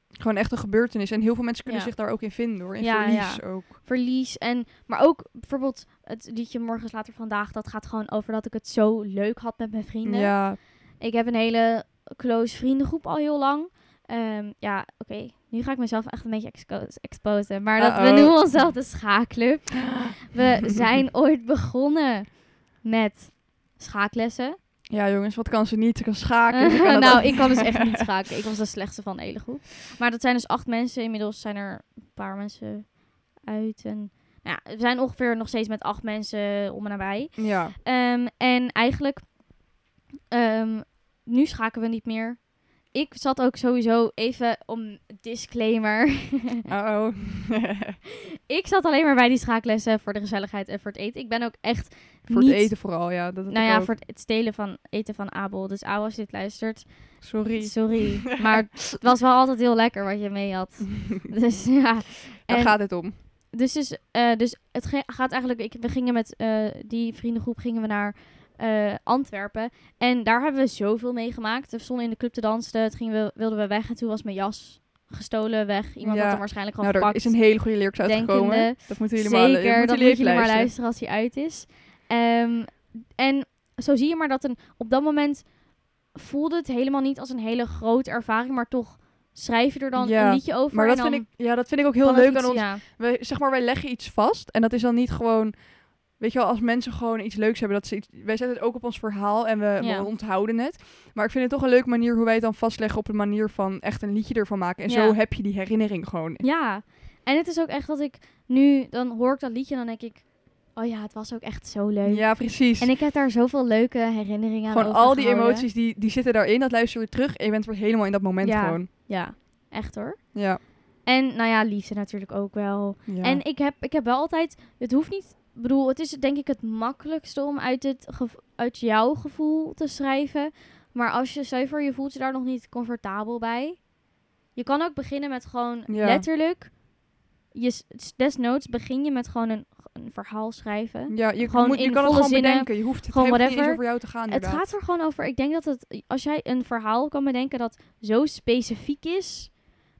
[SPEAKER 2] Gewoon echt een gebeurtenis. En heel veel mensen kunnen
[SPEAKER 1] Ja.
[SPEAKER 2] zich daar ook in vinden hoor. In
[SPEAKER 1] Ja,
[SPEAKER 2] verlies
[SPEAKER 1] ja.
[SPEAKER 2] ook.
[SPEAKER 1] verlies en, maar ook bijvoorbeeld het liedje Morgens Later Vandaag, dat gaat gewoon over dat ik het zo leuk had met mijn vrienden.
[SPEAKER 2] Ja,
[SPEAKER 1] Ik heb een hele close vriendengroep al heel lang. Ehm, ja, oké. Nu ga ik mezelf echt een beetje expo- exposen. Maar dat, we
[SPEAKER 2] Uh-oh.
[SPEAKER 1] noemen onszelf de schaakclub. We zijn ooit begonnen met schaaklessen.
[SPEAKER 2] ja jongens, wat kan ze niet? Ze kan schaken. ze kan dat
[SPEAKER 1] nou,
[SPEAKER 2] ook-
[SPEAKER 1] ik kan dus echt niet schaken. Ik was de slechtste van de hele groep. Maar dat zijn dus acht mensen. Inmiddels zijn er een paar mensen uit. En, nou ja, we zijn ongeveer nog steeds met acht mensen om en nabij.
[SPEAKER 2] Ja,
[SPEAKER 1] Ehm, en eigenlijk, ehm, nu schaken we niet meer. Ik zat ook sowieso even om disclaimer.
[SPEAKER 2] oh
[SPEAKER 1] ik zat alleen maar bij die schaaklessen voor de gezelligheid en voor het eten. Ik ben ook echt
[SPEAKER 2] Voor
[SPEAKER 1] niet,
[SPEAKER 2] het eten vooral, ja. Dat had
[SPEAKER 1] nou
[SPEAKER 2] ik
[SPEAKER 1] ja,
[SPEAKER 2] ook.
[SPEAKER 1] voor het stelen van eten van Abel. Dus Abel, als je dit luistert,
[SPEAKER 2] Sorry.
[SPEAKER 1] sorry. maar het was wel altijd heel lekker wat je mee had. Dus ja.
[SPEAKER 2] Daar
[SPEAKER 1] En-
[SPEAKER 2] gaat het om. Nou,
[SPEAKER 1] Dus, dus, eh, dus het ge- gaat eigenlijk. Ik, we gingen met eh, die vriendengroep gingen we naar eh, Antwerpen. En daar hebben we zoveel meegemaakt. We stonden in de club te dansen. Het gingen we, wilden we weg. En toen was mijn jas gestolen weg. Iemand
[SPEAKER 2] Ja.
[SPEAKER 1] had hem waarschijnlijk gewoon
[SPEAKER 2] Nou, er
[SPEAKER 1] gepakt.
[SPEAKER 2] is een hele goede lyrics
[SPEAKER 1] Denkende.
[SPEAKER 2] uitgekomen. Dat moeten jullie maar
[SPEAKER 1] Zeker,
[SPEAKER 2] moeten
[SPEAKER 1] dat moet jullie maar
[SPEAKER 2] even
[SPEAKER 1] luisteren als hij uit is. Ehm, en zo zie je maar dat een, op dat moment voelde het helemaal niet als een hele grote ervaring. Maar toch schrijf je er dan
[SPEAKER 2] Ja,
[SPEAKER 1] een liedje over.
[SPEAKER 2] Maar
[SPEAKER 1] en
[SPEAKER 2] dat vind,
[SPEAKER 1] dan
[SPEAKER 2] ik, ja, dat vind ik ook
[SPEAKER 1] kan
[SPEAKER 2] heel
[SPEAKER 1] het
[SPEAKER 2] leuk
[SPEAKER 1] iets-
[SPEAKER 2] aan ons.
[SPEAKER 1] ja.
[SPEAKER 2] Wij, zeg maar, wij leggen iets vast. En dat is dan niet gewoon... Weet je wel, als mensen gewoon iets leuks hebben, dat ze iets, wij zetten het ook op ons verhaal en we, we
[SPEAKER 1] Ja.
[SPEAKER 2] onthouden het. Maar ik vind het toch een leuke manier hoe wij het dan vastleggen op een manier van echt een liedje ervan maken. En
[SPEAKER 1] Ja.
[SPEAKER 2] zo heb je die herinnering gewoon.
[SPEAKER 1] Ja, en het is ook echt dat ik nu, dan hoor ik dat liedje en dan denk ik, oh ja, het was ook echt zo leuk.
[SPEAKER 2] Ja, precies.
[SPEAKER 1] En ik heb daar zoveel leuke herinneringen aan
[SPEAKER 2] gewoon al die
[SPEAKER 1] overgehouden.
[SPEAKER 2] emoties die, die zitten daarin, dat luister je weer terug en je bent weer helemaal in dat moment
[SPEAKER 1] Ja.
[SPEAKER 2] gewoon.
[SPEAKER 1] Ja, echt hoor.
[SPEAKER 2] Ja.
[SPEAKER 1] En nou ja, liefde natuurlijk ook wel.
[SPEAKER 2] ja.
[SPEAKER 1] En ik heb, ik heb wel altijd, het hoeft niet, ik bedoel, het is denk ik het makkelijkste om uit, dit gev- uit jouw gevoel te schrijven. Maar als je, stel je voor, je voelt je daar nog niet comfortabel bij. Je kan ook beginnen met gewoon
[SPEAKER 2] Ja.
[SPEAKER 1] letterlijk, je, s- desnoods begin je met gewoon een, een verhaal schrijven.
[SPEAKER 2] ja, je,
[SPEAKER 1] gewoon
[SPEAKER 2] moet, je
[SPEAKER 1] in
[SPEAKER 2] kan het
[SPEAKER 1] volle
[SPEAKER 2] gewoon
[SPEAKER 1] zinnen,
[SPEAKER 2] bedenken. Je hoeft het
[SPEAKER 1] gewoon
[SPEAKER 2] helemaal niet eens
[SPEAKER 1] whatever.
[SPEAKER 2] over jou te gaan.
[SPEAKER 1] Het
[SPEAKER 2] inderdaad.
[SPEAKER 1] gaat er gewoon over. Ik denk dat het, als jij een verhaal kan bedenken dat zo specifiek is,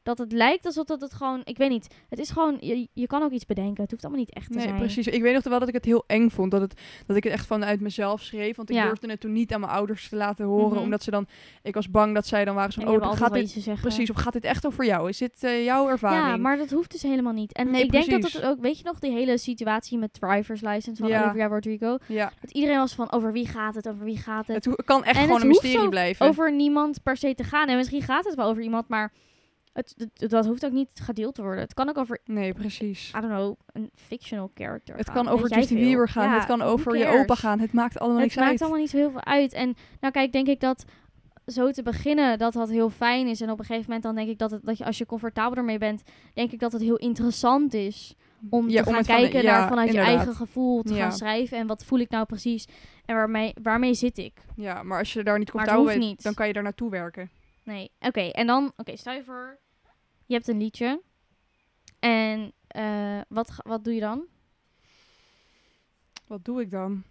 [SPEAKER 1] dat het lijkt alsof dat het gewoon, ik weet niet, het is gewoon, je, je kan ook iets bedenken. Het hoeft allemaal niet echt te
[SPEAKER 2] Nee,
[SPEAKER 1] zijn.
[SPEAKER 2] precies. Ik weet nog wel dat ik het heel eng vond. Dat, het, dat ik het echt vanuit mezelf schreef. Want ik
[SPEAKER 1] Ja.
[SPEAKER 2] durfde het toen niet aan mijn ouders te laten horen.
[SPEAKER 1] Mhm.
[SPEAKER 2] Omdat ze dan... Ik was bang dat zij dan waren
[SPEAKER 1] En
[SPEAKER 2] zo
[SPEAKER 1] je
[SPEAKER 2] van...
[SPEAKER 1] hebt
[SPEAKER 2] Oh,
[SPEAKER 1] altijd
[SPEAKER 2] gaat
[SPEAKER 1] wel
[SPEAKER 2] dit...
[SPEAKER 1] iets te zeggen.
[SPEAKER 2] Precies. Of gaat dit echt over jou? Is dit eh, jouw ervaring?
[SPEAKER 1] Ja, maar dat hoeft dus helemaal niet. En
[SPEAKER 2] Nee,
[SPEAKER 1] ik denk dat
[SPEAKER 2] precies.
[SPEAKER 1] het ook, weet je nog, die hele situatie met driver's license van
[SPEAKER 2] Ja.
[SPEAKER 1] Olivia Rodrigo.
[SPEAKER 2] Ja,
[SPEAKER 1] Dat iedereen was van, over wie gaat het, over wie gaat het.
[SPEAKER 2] het ho- kan echt
[SPEAKER 1] En
[SPEAKER 2] gewoon
[SPEAKER 1] het
[SPEAKER 2] een
[SPEAKER 1] hoeft
[SPEAKER 2] mysterie
[SPEAKER 1] zo
[SPEAKER 2] blijven.
[SPEAKER 1] Over niemand per se te gaan. En misschien gaat het wel over iemand, maar Het, het- dat hoeft ook niet gedeeld te worden. Het kan ook over,
[SPEAKER 2] Nee, precies.
[SPEAKER 1] I don't know, een fictional character
[SPEAKER 2] Het
[SPEAKER 1] gaan.
[SPEAKER 2] kan
[SPEAKER 1] Weet
[SPEAKER 2] over
[SPEAKER 1] jij
[SPEAKER 2] Justin
[SPEAKER 1] veel.
[SPEAKER 2] Bieber gaan.
[SPEAKER 1] Ja,
[SPEAKER 2] het kan
[SPEAKER 1] who
[SPEAKER 2] over je
[SPEAKER 1] cares?
[SPEAKER 2] opa gaan. Het maakt allemaal
[SPEAKER 1] Het
[SPEAKER 2] niks
[SPEAKER 1] maakt
[SPEAKER 2] uit.
[SPEAKER 1] allemaal niet zo heel veel uit. En nou kijk, denk ik dat zo te beginnen, dat dat heel fijn is. En op een gegeven moment dan denk ik dat, het, dat je als je comfortabel ermee bent, denk ik dat het heel interessant is om
[SPEAKER 2] Ja,
[SPEAKER 1] te gaan
[SPEAKER 2] het van-
[SPEAKER 1] kijken
[SPEAKER 2] ja,
[SPEAKER 1] naar vanuit
[SPEAKER 2] inderdaad.
[SPEAKER 1] je eigen gevoel te
[SPEAKER 2] Ja.
[SPEAKER 1] gaan schrijven. En wat voel ik nou precies? En waarmee, waarmee zit ik?
[SPEAKER 2] Ja, maar als je daar niet
[SPEAKER 1] Maar het
[SPEAKER 2] comfortabel
[SPEAKER 1] hoeft
[SPEAKER 2] bent,
[SPEAKER 1] niet.
[SPEAKER 2] dan kan je daar naartoe werken.
[SPEAKER 1] Nee, oké. en dan, oké, stel je voor, je hebt een liedje. En eh, wat, ga- wat doe je dan?
[SPEAKER 2] Wat doe ik dan?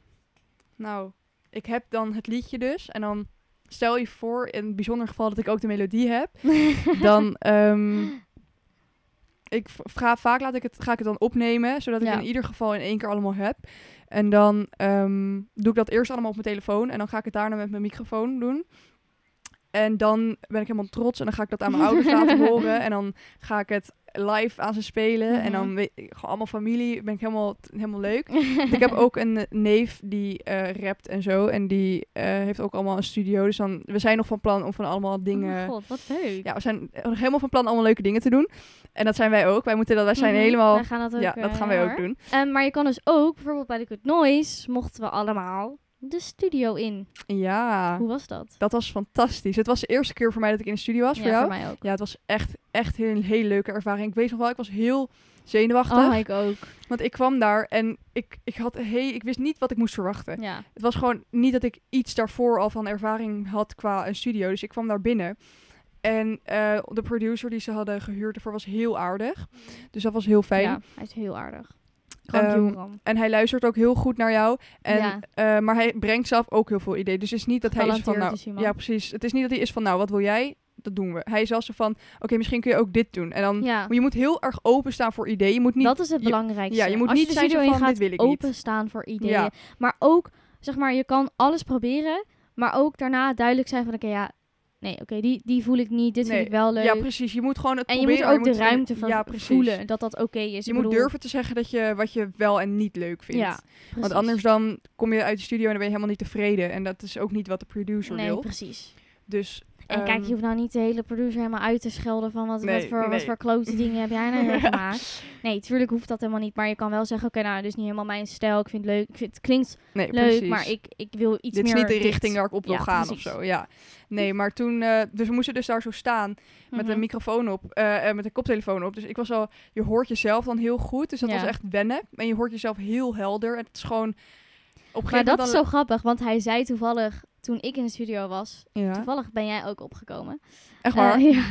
[SPEAKER 2] Nou, ik heb dan het liedje dus. En dan stel je voor, in het bijzonder geval dat ik ook de melodie heb. dan ehm, ik v- ga vaak laat ik het, ga ik het dan opnemen, zodat ik
[SPEAKER 1] Ja.
[SPEAKER 2] het in ieder geval in één keer allemaal heb. En dan ehm, doe ik dat eerst allemaal op mijn telefoon en dan ga ik het daarna met mijn microfoon doen. En dan ben ik helemaal trots en dan ga ik dat aan mijn ouders laten horen. En dan ga ik het live aan ze spelen. En dan
[SPEAKER 1] Mhm.
[SPEAKER 2] weet ik, gewoon allemaal familie, ben ik helemaal, helemaal leuk. Want ik heb
[SPEAKER 1] Oh
[SPEAKER 2] ook een eh, neef die eh, rapt en zo. En die eh, heeft ook allemaal een studio. Dus dan, we zijn nog van plan om van allemaal dingen...
[SPEAKER 1] Oh god, wat leuk.
[SPEAKER 2] Ja, we zijn nog helemaal van plan allemaal leuke dingen te doen. En dat zijn wij ook. Wij moeten dat, wij zijn
[SPEAKER 1] Mhm,
[SPEAKER 2] helemaal...
[SPEAKER 1] wij gaan dat ook,
[SPEAKER 2] ja, dat
[SPEAKER 1] eh,
[SPEAKER 2] gaan wij
[SPEAKER 1] hoor.
[SPEAKER 2] ook doen.
[SPEAKER 1] Ehm, maar je kan dus ook, bijvoorbeeld bij de Good Noise, mochten we allemaal de studio in.
[SPEAKER 2] Ja,
[SPEAKER 1] Hoe was dat?
[SPEAKER 2] dat was fantastisch. Het was de eerste keer voor mij dat ik in de studio was,
[SPEAKER 1] ja,
[SPEAKER 2] voor jou.
[SPEAKER 1] voor mij ook.
[SPEAKER 2] Ja, het was echt, echt een hele leuke ervaring. Ik weet nog wel, ik was heel zenuwachtig.
[SPEAKER 1] Oh, ik ook.
[SPEAKER 2] Want ik kwam daar en ik, ik, had, hey, ik wist niet wat ik moest verwachten.
[SPEAKER 1] Ja.
[SPEAKER 2] Het was gewoon niet dat ik iets daarvoor al van ervaring had qua een studio. Dus ik kwam daar binnen. En eh, de producer die ze hadden gehuurd ervoor was heel aardig. Dus dat was heel fijn.
[SPEAKER 1] ja, hij is heel aardig.
[SPEAKER 2] Ehm,
[SPEAKER 1] Krank Joram.
[SPEAKER 2] En hij luistert ook heel goed naar jou. En,
[SPEAKER 1] Ja.
[SPEAKER 2] eh, maar hij brengt zelf ook heel veel ideeën. Dus het is niet dat hij is van...
[SPEAKER 1] Gebalanceerd
[SPEAKER 2] Nou,
[SPEAKER 1] is hij, man.
[SPEAKER 2] ja, precies. Het is niet dat hij is van, nou, wat wil jij? Dat doen we. Hij is zelfs zo van, oké, misschien kun je ook dit doen. En dan...
[SPEAKER 1] Ja,
[SPEAKER 2] Je moet heel erg openstaan voor ideeën. Je moet niet...
[SPEAKER 1] dat is het
[SPEAKER 2] je-
[SPEAKER 1] belangrijkste.
[SPEAKER 2] ja, je moet
[SPEAKER 1] Als
[SPEAKER 2] niet
[SPEAKER 1] je de
[SPEAKER 2] zijn
[SPEAKER 1] studio
[SPEAKER 2] zo
[SPEAKER 1] in
[SPEAKER 2] van,
[SPEAKER 1] gaat,
[SPEAKER 2] dit wil ik niet.
[SPEAKER 1] openstaan voor ideeën.
[SPEAKER 2] Ja.
[SPEAKER 1] Maar ook, zeg maar, je kan alles proberen, maar ook daarna duidelijk zijn van, oké, ja, nee, oké, die, die voel ik niet, dit
[SPEAKER 2] Nee,
[SPEAKER 1] vind ik wel leuk.
[SPEAKER 2] ja, precies. Je moet gewoon het
[SPEAKER 1] en je moet
[SPEAKER 2] proberen.
[SPEAKER 1] ook de ruimte voor
[SPEAKER 2] ja, precies.
[SPEAKER 1] voelen, dat dat oké is.
[SPEAKER 2] Je
[SPEAKER 1] Ik
[SPEAKER 2] moet
[SPEAKER 1] bedoel,
[SPEAKER 2] durven te zeggen dat je, wat je wel en niet leuk vindt.
[SPEAKER 1] Ja,
[SPEAKER 2] Want
[SPEAKER 1] precies.
[SPEAKER 2] anders dan kom je uit de studio en dan ben je helemaal niet tevreden. En dat is ook niet wat de producer
[SPEAKER 1] Nee,
[SPEAKER 2] wil.
[SPEAKER 1] precies.
[SPEAKER 2] Dus...
[SPEAKER 1] En
[SPEAKER 2] ehm,
[SPEAKER 1] kijk, je hoeft nou niet de hele producer helemaal uit te schelden van wat,
[SPEAKER 2] Nee,
[SPEAKER 1] wat, voor, wat
[SPEAKER 2] nee.
[SPEAKER 1] voor klote dingen heb jij nou weer
[SPEAKER 2] Ja.
[SPEAKER 1] gemaakt. Nee, tuurlijk hoeft dat helemaal niet. Maar je kan wel zeggen, oké, nou, dit is niet helemaal mijn stijl. Ik vind het leuk. Ik vind, het klinkt
[SPEAKER 2] nee,
[SPEAKER 1] leuk,
[SPEAKER 2] precies.
[SPEAKER 1] maar ik, ik wil iets
[SPEAKER 2] dit is
[SPEAKER 1] meer
[SPEAKER 2] niet de
[SPEAKER 1] dit.
[SPEAKER 2] richting waar ik op wil
[SPEAKER 1] Ja,
[SPEAKER 2] gaan
[SPEAKER 1] precies.
[SPEAKER 2] of zo. Ja. Nee, maar toen. eh, dus we moesten dus daar zo staan met een
[SPEAKER 1] Mhm.
[SPEAKER 2] microfoon op. eh, eh, met een koptelefoon op. Dus ik was al. Je hoort jezelf dan heel goed. Dus dat
[SPEAKER 1] Ja.
[SPEAKER 2] was echt wennen. En je hoort jezelf heel helder. En het is gewoon. Op een gegeven
[SPEAKER 1] Maar dat
[SPEAKER 2] moment
[SPEAKER 1] is
[SPEAKER 2] dan-
[SPEAKER 1] zo grappig, want hij zei toevallig, toen ik in de studio was,
[SPEAKER 2] Ja,
[SPEAKER 1] toevallig ben jij ook opgekomen.
[SPEAKER 2] echt waar.
[SPEAKER 1] Eh, ja.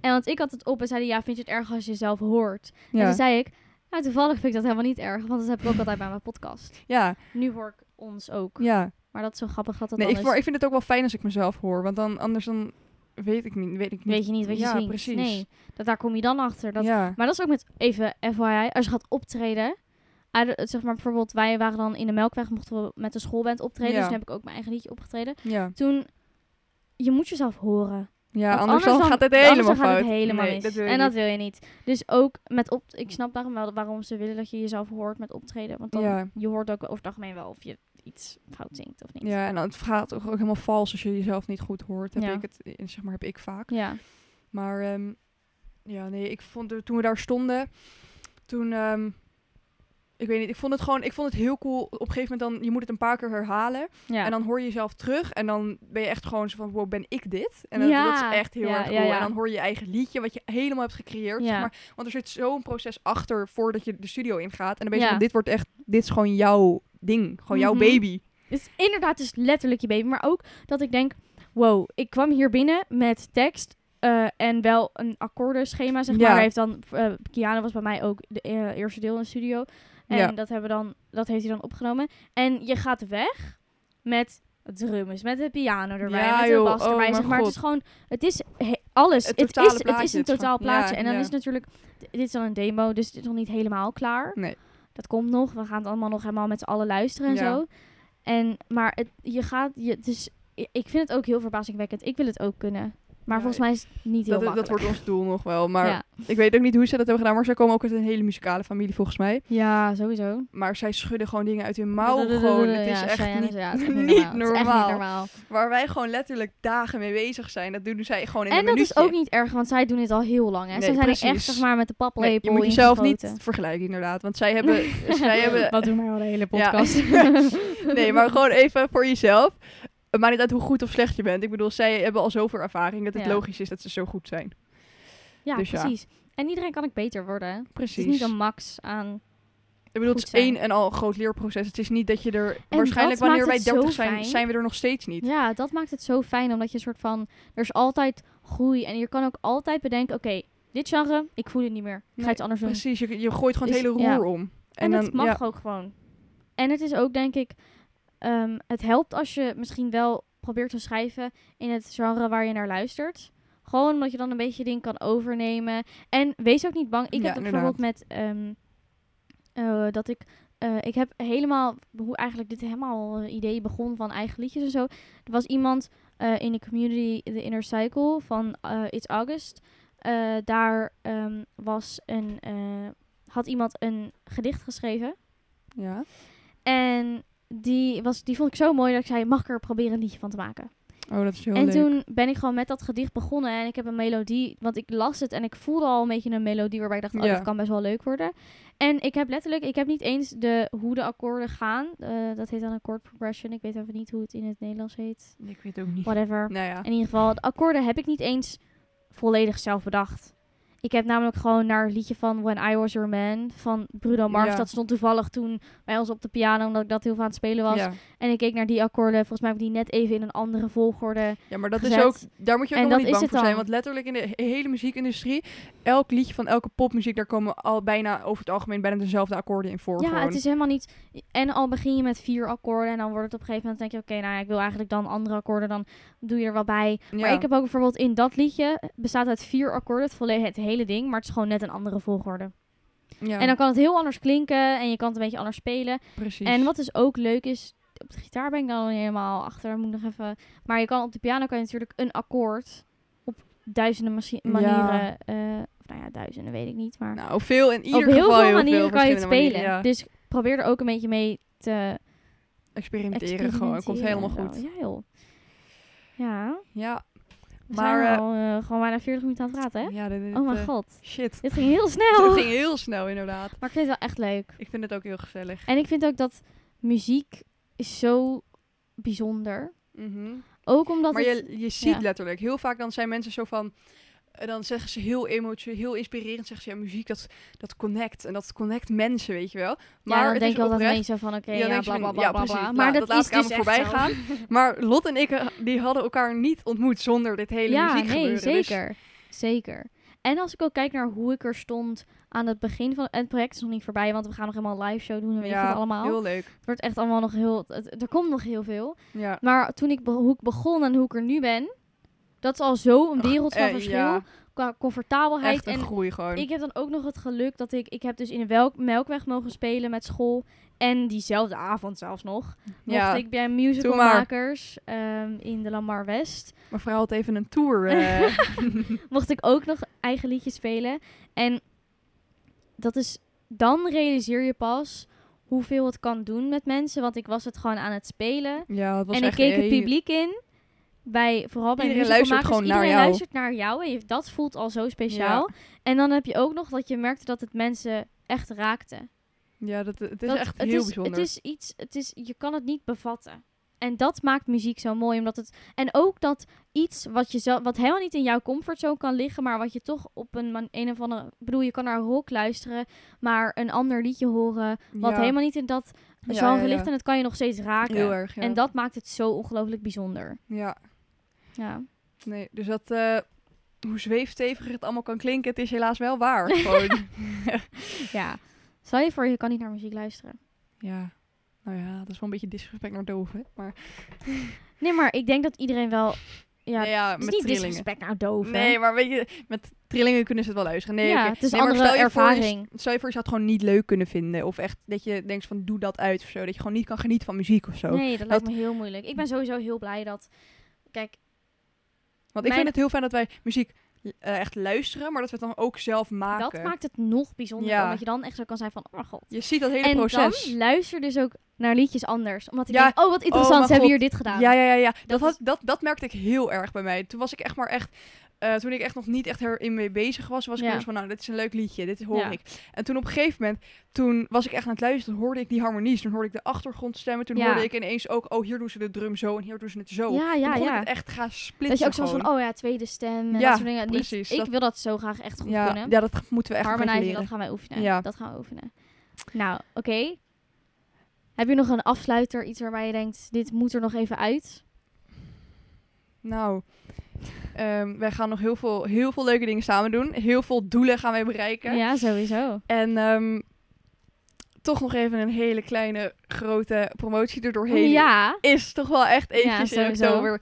[SPEAKER 1] en want ik had het op en zei hij, ja, vind je het erg als je jezelf hoort? En
[SPEAKER 2] ja.
[SPEAKER 1] toen zei ik, nou, toevallig vind ik dat helemaal niet erg, want dat heb ik ook altijd bij mijn podcast.
[SPEAKER 2] ja,
[SPEAKER 1] Nu hoor ik ons ook.
[SPEAKER 2] ja.
[SPEAKER 1] Maar dat is zo grappig dat dat
[SPEAKER 2] Nee,
[SPEAKER 1] dan
[SPEAKER 2] ik,
[SPEAKER 1] is.
[SPEAKER 2] maar ik vind het ook wel fijn als ik mezelf hoor. Want dan anders dan weet ik niet. Weet ik niet.
[SPEAKER 1] Weet je niet wat je
[SPEAKER 2] ja,
[SPEAKER 1] zingt.
[SPEAKER 2] Precies.
[SPEAKER 1] Nee, dat, daar kom je dan achter. Dat,
[SPEAKER 2] ja,
[SPEAKER 1] Maar dat is ook met, even FYI, als je gaat optreden. uit- het- Zeg maar bijvoorbeeld, wij waren dan in de Melkweg, mochten we met de schoolband optreden.
[SPEAKER 2] Ja.
[SPEAKER 1] Dus toen heb ik ook mijn eigen liedje opgetreden.
[SPEAKER 2] ja.
[SPEAKER 1] Toen, je moet jezelf horen.
[SPEAKER 2] ja
[SPEAKER 1] Want
[SPEAKER 2] anders, dan, gaat het helemaal
[SPEAKER 1] anders dan gaat
[SPEAKER 2] fout.
[SPEAKER 1] het helemaal
[SPEAKER 2] nee,
[SPEAKER 1] mis.
[SPEAKER 2] dat wil je
[SPEAKER 1] en dat
[SPEAKER 2] niet.
[SPEAKER 1] wil je niet. Dus ook met op, ik snap daarom wel waarom ze willen dat je jezelf hoort met optreden. Want dan,
[SPEAKER 2] Ja.
[SPEAKER 1] je hoort ook over het algemeen wel of je iets fout zingt of niet.
[SPEAKER 2] Ja, en dan het gaat ook ook helemaal vals als je jezelf niet goed hoort. Heb
[SPEAKER 1] Ja.
[SPEAKER 2] ik het, eh, zeg maar, heb ik vaak.
[SPEAKER 1] Ja.
[SPEAKER 2] Maar ehm, ja, nee, ik vond er- toen we daar stonden, toen, ehm, ik weet niet, ik vond het gewoon, ik vond het heel cool. Op een gegeven moment dan, je moet het een paar keer herhalen
[SPEAKER 1] ja.
[SPEAKER 2] en dan hoor je jezelf terug en dan ben je echt gewoon zo van, wow, ben ik dit? En dat,
[SPEAKER 1] Ja.
[SPEAKER 2] dat is echt heel
[SPEAKER 1] Ja,
[SPEAKER 2] erg cool.
[SPEAKER 1] ja, ja.
[SPEAKER 2] En dan hoor je je eigen liedje wat je helemaal hebt gecreëerd,
[SPEAKER 1] Ja.
[SPEAKER 2] zeg maar. Want er zit zo'n proces achter voordat je de studio ingaat en dan ben je
[SPEAKER 1] Ja.
[SPEAKER 2] zo van, dit wordt echt, dit is gewoon jouw ding, gewoon jouw
[SPEAKER 1] Mhm.
[SPEAKER 2] baby.
[SPEAKER 1] Het is inderdaad dus letterlijk je baby. Maar ook dat ik denk, wow, ik kwam hier binnen met tekst eh, en wel een akkoordenschema, zeg
[SPEAKER 2] Ja.
[SPEAKER 1] maar. Hij heeft dan, eh Kiana was bij mij ook de eh, eerste deel in de studio. En
[SPEAKER 2] Ja.
[SPEAKER 1] dat, hebben we dan, dat heeft hij dan opgenomen. En je gaat weg met drums, met de piano erbij,
[SPEAKER 2] Ja,
[SPEAKER 1] met de
[SPEAKER 2] joh.
[SPEAKER 1] bas
[SPEAKER 2] Oh,
[SPEAKER 1] erbij,
[SPEAKER 2] mijn
[SPEAKER 1] zeg maar. Het
[SPEAKER 2] God.
[SPEAKER 1] is gewoon, het is he- alles.
[SPEAKER 2] Het
[SPEAKER 1] Het,
[SPEAKER 2] totale
[SPEAKER 1] is, het is
[SPEAKER 2] plaatje,
[SPEAKER 1] een
[SPEAKER 2] het is
[SPEAKER 1] totaal
[SPEAKER 2] gewoon- ja,
[SPEAKER 1] plaatje. en dan
[SPEAKER 2] ja.
[SPEAKER 1] is natuurlijk, dit is dan een demo, dus het is nog niet helemaal klaar.
[SPEAKER 2] Nee.
[SPEAKER 1] Dat komt nog. We gaan het allemaal nog helemaal met z'n allen luisteren en
[SPEAKER 2] Ja.
[SPEAKER 1] zo. En, maar het, je gaat, je, dus, ik vind het ook heel verbazingwekkend. Ik wil het ook kunnen. Maar
[SPEAKER 2] Ja,
[SPEAKER 1] volgens mij is het niet heel
[SPEAKER 2] Dat, dat
[SPEAKER 1] makkelijk.
[SPEAKER 2] wordt ons doel nog wel. Maar
[SPEAKER 1] ja.
[SPEAKER 2] ik weet ook niet hoe ze dat hebben gedaan. Maar zij komen ook uit een hele muzikale familie volgens mij.
[SPEAKER 1] ja, sowieso.
[SPEAKER 2] Maar zij schudden gewoon dingen uit hun mouw.
[SPEAKER 1] Ja,
[SPEAKER 2] Gewoon. Het is
[SPEAKER 1] ja,
[SPEAKER 2] echt
[SPEAKER 1] Cheyenne
[SPEAKER 2] niet,
[SPEAKER 1] ja, het is
[SPEAKER 2] niet
[SPEAKER 1] Het is echt niet
[SPEAKER 2] normaal.
[SPEAKER 1] normaal.
[SPEAKER 2] Waar wij gewoon letterlijk dagen mee bezig zijn. Dat doen zij gewoon in
[SPEAKER 1] En
[SPEAKER 2] een
[SPEAKER 1] dat
[SPEAKER 2] minuutje.
[SPEAKER 1] is ook niet erg, want zij doen dit al heel lang. Hè.
[SPEAKER 2] Nee,
[SPEAKER 1] zij zijn er echt
[SPEAKER 2] precies.
[SPEAKER 1] zeg maar, met de
[SPEAKER 2] Nee,
[SPEAKER 1] paplepel
[SPEAKER 2] je moet jezelf niet dus
[SPEAKER 1] ingegoten.
[SPEAKER 2] vergelijken inderdaad. Want zij hebben... zij hebben
[SPEAKER 1] Wat doen wij al de hele
[SPEAKER 2] Ja.
[SPEAKER 1] podcast?
[SPEAKER 2] nee, maar gewoon even voor jezelf. Het maakt niet uit hoe goed of slecht je bent. Ik bedoel, zij hebben al zoveel ervaring dat het
[SPEAKER 1] Ja.
[SPEAKER 2] logisch is dat ze zo goed zijn.
[SPEAKER 1] Ja,
[SPEAKER 2] Dus ja.
[SPEAKER 1] precies. En iedereen kan ik beter worden. hè. Het is
[SPEAKER 2] Precies.
[SPEAKER 1] niet een max aan.
[SPEAKER 2] Ik bedoel, het
[SPEAKER 1] goed
[SPEAKER 2] is
[SPEAKER 1] zijn.
[SPEAKER 2] één en al een groot leerproces. Het is niet dat je er
[SPEAKER 1] En
[SPEAKER 2] waarschijnlijk
[SPEAKER 1] dat
[SPEAKER 2] wanneer
[SPEAKER 1] maakt
[SPEAKER 2] wij
[SPEAKER 1] het zo
[SPEAKER 2] 30 zijn,
[SPEAKER 1] fijn.
[SPEAKER 2] zijn we er nog steeds niet.
[SPEAKER 1] Ja, dat maakt het zo fijn, omdat je een soort van. Er is altijd groei en je kan ook altijd bedenken: oké, dit genre, ik voel het niet meer. Ik ga
[SPEAKER 2] Nee,
[SPEAKER 1] iets anders doen.
[SPEAKER 2] Precies, je, je gooit gewoon
[SPEAKER 1] Dus-
[SPEAKER 2] het hele
[SPEAKER 1] ja.
[SPEAKER 2] roer om.
[SPEAKER 1] En, het
[SPEAKER 2] dan-
[SPEAKER 1] mag
[SPEAKER 2] ja,
[SPEAKER 1] ook gewoon. En het is ook, denk ik, ehm, het helpt als je misschien wel probeert te schrijven in het genre waar je naar luistert. Gewoon omdat je dan een beetje ding kan overnemen. En wees ook niet bang. Ik
[SPEAKER 2] Ja,
[SPEAKER 1] heb dat bijvoorbeeld met ehm, eh, dat ik. eh, ik heb helemaal, hoe eigenlijk dit helemaal eh, idee begon van eigen liedjes en zo. Er was iemand eh, in de community, de Inner Cycle van eh, It's August. Eh, daar ehm, was een, eh, had iemand een gedicht geschreven.
[SPEAKER 2] ja.
[SPEAKER 1] En die, was, die vond ik zo mooi dat ik zei, mag ik er proberen een liedje van te maken?
[SPEAKER 2] Oh, dat is heel
[SPEAKER 1] en
[SPEAKER 2] leuk.
[SPEAKER 1] toen ben ik gewoon met dat gedicht begonnen en ik heb een melodie, want ik las het en ik voelde al een beetje een melodie waarbij ik dacht, oh,
[SPEAKER 2] Ja.
[SPEAKER 1] dat kan best wel leuk worden. En ik heb letterlijk, ik heb niet eens de, hoe de akkoorden gaan. Eh, dat heet dan een chord progression. Ik weet even niet hoe het in het Nederlands heet.
[SPEAKER 2] Ik weet ook niet.
[SPEAKER 1] Whatever.
[SPEAKER 2] Nou ja.
[SPEAKER 1] In ieder geval, de akkoorden heb ik niet eens volledig zelf bedacht. Ik heb namelijk gewoon naar het liedje van When I Was Your Man van Bruno Mars.
[SPEAKER 2] Ja.
[SPEAKER 1] Dat stond toevallig toen bij ons op de piano, omdat ik dat heel veel aan het spelen was.
[SPEAKER 2] Ja.
[SPEAKER 1] En ik keek naar die akkoorden. Volgens mij heb ik die net even in een andere volgorde.
[SPEAKER 2] ja, maar dat
[SPEAKER 1] gezet.
[SPEAKER 2] is ook, daar moet je ook
[SPEAKER 1] En
[SPEAKER 2] helemaal
[SPEAKER 1] dat
[SPEAKER 2] niet
[SPEAKER 1] is
[SPEAKER 2] bang
[SPEAKER 1] het
[SPEAKER 2] voor zijn.
[SPEAKER 1] dan.
[SPEAKER 2] Want letterlijk in de he- hele muziekindustrie, elk liedje van elke popmuziek, daar komen al bijna over het algemeen bijna dezelfde akkoorden in voor.
[SPEAKER 1] ja,
[SPEAKER 2] gewoon.
[SPEAKER 1] het is helemaal niet... En al begin je met vier akkoorden en dan wordt het op een gegeven moment... denk je, oké, nou ja, ik wil eigenlijk dan andere akkoorden. Dan doe je er wat bij. Maar
[SPEAKER 2] Ja.
[SPEAKER 1] ik heb ook bijvoorbeeld in dat liedje... eh, bestaat uit vier akkoorden, het, volle- het hele ding. Maar het is gewoon net een andere volgorde.
[SPEAKER 2] Ja,
[SPEAKER 1] En dan kan het heel anders klinken en je kan het een beetje anders spelen.
[SPEAKER 2] precies.
[SPEAKER 1] En wat dus ook leuk is, op de gitaar ben ik dan nog niet helemaal achter, daar moet ik nog even. Maar je kan op de piano kan je natuurlijk een akkoord op duizenden machi-
[SPEAKER 2] Ja.
[SPEAKER 1] manieren, eh, of nou ja, duizenden weet ik niet, maar
[SPEAKER 2] Nou, veel in ieder
[SPEAKER 1] op heel
[SPEAKER 2] geval
[SPEAKER 1] veel manieren kan je het
[SPEAKER 2] verschillende
[SPEAKER 1] spelen.
[SPEAKER 2] manieren, ja.
[SPEAKER 1] Dus probeer er ook een beetje mee te Dus
[SPEAKER 2] experimenteren,
[SPEAKER 1] experimenteren.
[SPEAKER 2] gewoon. Het komt helemaal
[SPEAKER 1] en
[SPEAKER 2] goed.
[SPEAKER 1] zo. Ja joh. Ja,
[SPEAKER 2] Ja.
[SPEAKER 1] we
[SPEAKER 2] Maar,
[SPEAKER 1] zijn
[SPEAKER 2] eh,
[SPEAKER 1] al eh, gewoon bijna 40 minuten aan het praten, hè?
[SPEAKER 2] Ja, dit, dit,
[SPEAKER 1] oh mijn
[SPEAKER 2] eh,
[SPEAKER 1] god,
[SPEAKER 2] Shit.
[SPEAKER 1] dit ging heel
[SPEAKER 2] Het
[SPEAKER 1] snel.
[SPEAKER 2] ging heel snel, inderdaad.
[SPEAKER 1] Maar ik vind het wel echt leuk.
[SPEAKER 2] Ik vind het ook heel gezellig.
[SPEAKER 1] En ik vind ook dat muziek is zo bijzonder.
[SPEAKER 2] Mhm.
[SPEAKER 1] Ook omdat
[SPEAKER 2] Maar
[SPEAKER 1] het...
[SPEAKER 2] je, je ziet
[SPEAKER 1] ja.
[SPEAKER 2] letterlijk, heel vaak dan zijn mensen zo van... eh, Dan zeggen ze heel emotioneel, heel inspirerend, zeggen ze ja, muziek dat, dat connect. En dat connect mensen, weet je wel. Maar
[SPEAKER 1] ja, dan
[SPEAKER 2] het
[SPEAKER 1] denk
[SPEAKER 2] is
[SPEAKER 1] je altijd
[SPEAKER 2] oprecht-
[SPEAKER 1] ineens zo van, oké,
[SPEAKER 2] Ja,
[SPEAKER 1] ja,
[SPEAKER 2] dan
[SPEAKER 1] bla
[SPEAKER 2] denk
[SPEAKER 1] bla bla
[SPEAKER 2] je van,
[SPEAKER 1] bla.
[SPEAKER 2] ja,
[SPEAKER 1] bla.
[SPEAKER 2] precies.
[SPEAKER 1] maar
[SPEAKER 2] Nou,
[SPEAKER 1] dat,
[SPEAKER 2] dat laat
[SPEAKER 1] is
[SPEAKER 2] ik aan
[SPEAKER 1] dus
[SPEAKER 2] me
[SPEAKER 1] echt
[SPEAKER 2] voorbij
[SPEAKER 1] zo.
[SPEAKER 2] gaan. Maar Lot en ik, eh, die hadden elkaar niet ontmoet zonder dit hele
[SPEAKER 1] ja,
[SPEAKER 2] muziek
[SPEAKER 1] nee,
[SPEAKER 2] gebeuren. Dus-
[SPEAKER 1] zeker. Zeker. En als ik ook kijk naar hoe ik er stond aan het begin van... en Het project is nog niet voorbij, want we gaan nog helemaal een live show doen en weet je
[SPEAKER 2] ja,
[SPEAKER 1] wat allemaal.
[SPEAKER 2] heel leuk.
[SPEAKER 1] Het wordt echt allemaal nog heel... het- er komt nog heel veel.
[SPEAKER 2] Ja.
[SPEAKER 1] Maar toen ik, be- hoe ik begon en hoe ik er nu ben... Dat is al zo een wereld van
[SPEAKER 2] Eh,
[SPEAKER 1] verschil.
[SPEAKER 2] ja,
[SPEAKER 1] Qua comfortabelheid
[SPEAKER 2] echt een
[SPEAKER 1] en
[SPEAKER 2] groei gewoon.
[SPEAKER 1] Ik heb dan ook nog het geluk dat ik... Ik heb dus in de welk, Melkweg mogen spelen met school. En diezelfde avond zelfs nog.
[SPEAKER 2] ja.
[SPEAKER 1] Mocht ik bij musicalmakers ehm in de Lamar West...
[SPEAKER 2] Mijn vrouw had even een tour. eh.
[SPEAKER 1] mocht ik ook nog eigen liedjes spelen. En dat is... Dan realiseer je pas hoeveel het kan doen met mensen. Want ik was het gewoon aan het spelen.
[SPEAKER 2] ja, het was
[SPEAKER 1] en ik
[SPEAKER 2] echt
[SPEAKER 1] keek het
[SPEAKER 2] heel-
[SPEAKER 1] publiek in. Bij, vooral bij
[SPEAKER 2] Iedereen
[SPEAKER 1] musicalmakers.
[SPEAKER 2] luistert gewoon naar
[SPEAKER 1] Iedereen
[SPEAKER 2] jou.
[SPEAKER 1] luistert naar jou. En je, dat voelt al zo speciaal. En dan heb je ook nog dat je merkte dat het mensen echt raakte.
[SPEAKER 2] Ja, dat, het is
[SPEAKER 1] Dat-
[SPEAKER 2] echt
[SPEAKER 1] het
[SPEAKER 2] heel
[SPEAKER 1] is,
[SPEAKER 2] bijzonder.
[SPEAKER 1] Het is iets, het is, je kan het niet bevatten. En dat maakt muziek zo mooi, omdat het en ook dat iets wat je zelf, wat helemaal niet in jouw comfortzone kan liggen, maar wat je toch op een man, een of andere, ik bedoel, je kan naar rock luisteren, maar een ander liedje horen wat
[SPEAKER 2] Ja.
[SPEAKER 1] helemaal niet in dat
[SPEAKER 2] Ja,
[SPEAKER 1] genre
[SPEAKER 2] ja, ja.
[SPEAKER 1] ligt en het kan je nog steeds raken.
[SPEAKER 2] Heel erg, ja.
[SPEAKER 1] En dat maakt het zo ongelooflijk bijzonder.
[SPEAKER 2] Ja,
[SPEAKER 1] Ja.
[SPEAKER 2] nee. Dus dat, eh, hoe zweefsteviger het allemaal kan klinken, het is helaas wel waar. Gewoon.
[SPEAKER 1] ja. Stel je voor, je kan niet naar muziek luisteren.
[SPEAKER 2] ja. Nou ja, dat is wel een beetje disrespect naar doven. hè, Maar
[SPEAKER 1] Nee, maar ik denk dat iedereen wel, ja,
[SPEAKER 2] Nee, ja,
[SPEAKER 1] het is
[SPEAKER 2] met
[SPEAKER 1] niet
[SPEAKER 2] trillingen.
[SPEAKER 1] disrespect naar doof. hè?
[SPEAKER 2] Nee, maar weet je, met trillingen kunnen ze het wel luisteren. Nee,
[SPEAKER 1] ja,
[SPEAKER 2] oké.
[SPEAKER 1] het is
[SPEAKER 2] Nee,
[SPEAKER 1] een
[SPEAKER 2] maar
[SPEAKER 1] andere
[SPEAKER 2] stel je voor je-
[SPEAKER 1] ervaring.
[SPEAKER 2] Stel je voor, je zou het gewoon niet leuk kunnen vinden. Of echt dat je denkt van, doe dat uit of zo. Dat je gewoon niet kan genieten van muziek of zo.
[SPEAKER 1] Nee, dat lijkt me heel moeilijk. Ik ben sowieso heel blij dat. Kijk,
[SPEAKER 2] Want ik
[SPEAKER 1] Mijn-
[SPEAKER 2] vind het heel fijn dat wij muziek eh, echt luisteren, maar dat we het dan ook zelf maken.
[SPEAKER 1] Dat maakt het nog bijzonder.
[SPEAKER 2] Ja.
[SPEAKER 1] Omdat je dan echt zo kan zijn van, oh god.
[SPEAKER 2] Je ziet dat hele
[SPEAKER 1] En
[SPEAKER 2] proces.
[SPEAKER 1] dan luister dus ook naar liedjes anders. Omdat ik
[SPEAKER 2] Ja.
[SPEAKER 1] denk, oh wat interessant,
[SPEAKER 2] mijn
[SPEAKER 1] ze hebben
[SPEAKER 2] god.
[SPEAKER 1] hier dit gedaan.
[SPEAKER 2] Ja, ja, ja, ja. Dat,
[SPEAKER 1] Dat
[SPEAKER 2] had,
[SPEAKER 1] is-
[SPEAKER 2] dat, dat merkte ik heel erg bij mij. Toen was ik echt maar echt. eh, toen ik echt nog niet echt erin mee bezig was, was ik
[SPEAKER 1] Ja.
[SPEAKER 2] dus van, nou, dit is een leuk liedje, dit hoor
[SPEAKER 1] Ja.
[SPEAKER 2] ik. En toen op een gegeven moment, toen was ik echt aan het luisteren, toen hoorde ik die harmonies, toen hoorde ik de achtergrondstemmen, toen
[SPEAKER 1] Ja.
[SPEAKER 2] hoorde ik ineens ook, oh, hier doen ze de drum zo en hier doen ze het zo.
[SPEAKER 1] ja, ja.
[SPEAKER 2] toen kon
[SPEAKER 1] ja.
[SPEAKER 2] oh, ik het echt gaan splitsen
[SPEAKER 1] Dat je ook zo was
[SPEAKER 2] gewoon.
[SPEAKER 1] van, oh ja, tweede stem en
[SPEAKER 2] Ja,
[SPEAKER 1] dat soort dingen. Niet-
[SPEAKER 2] precies,
[SPEAKER 1] ik
[SPEAKER 2] dat-
[SPEAKER 1] wil dat zo graag echt goed
[SPEAKER 2] ja,
[SPEAKER 1] kunnen.
[SPEAKER 2] ja, dat moeten we echt nog even
[SPEAKER 1] Harmonizen,
[SPEAKER 2] leren.
[SPEAKER 1] dat gaan wij oefenen.
[SPEAKER 2] Ja.
[SPEAKER 1] Dat gaan we oefenen. Nou, oké. Heb je nog een afsluiter? Iets waarbij je denkt, dit moet er nog even uit?
[SPEAKER 2] Nou, ehm, wij gaan nog heel veel, heel veel leuke dingen samen doen. Heel veel doelen gaan wij bereiken.
[SPEAKER 1] Ja, sowieso.
[SPEAKER 2] En ehm, toch nog even een hele kleine, grote promotie erdoorheen.
[SPEAKER 1] ja,
[SPEAKER 2] Is toch wel echt eventjes
[SPEAKER 1] Ja,
[SPEAKER 2] in
[SPEAKER 1] sowieso.
[SPEAKER 2] oktober.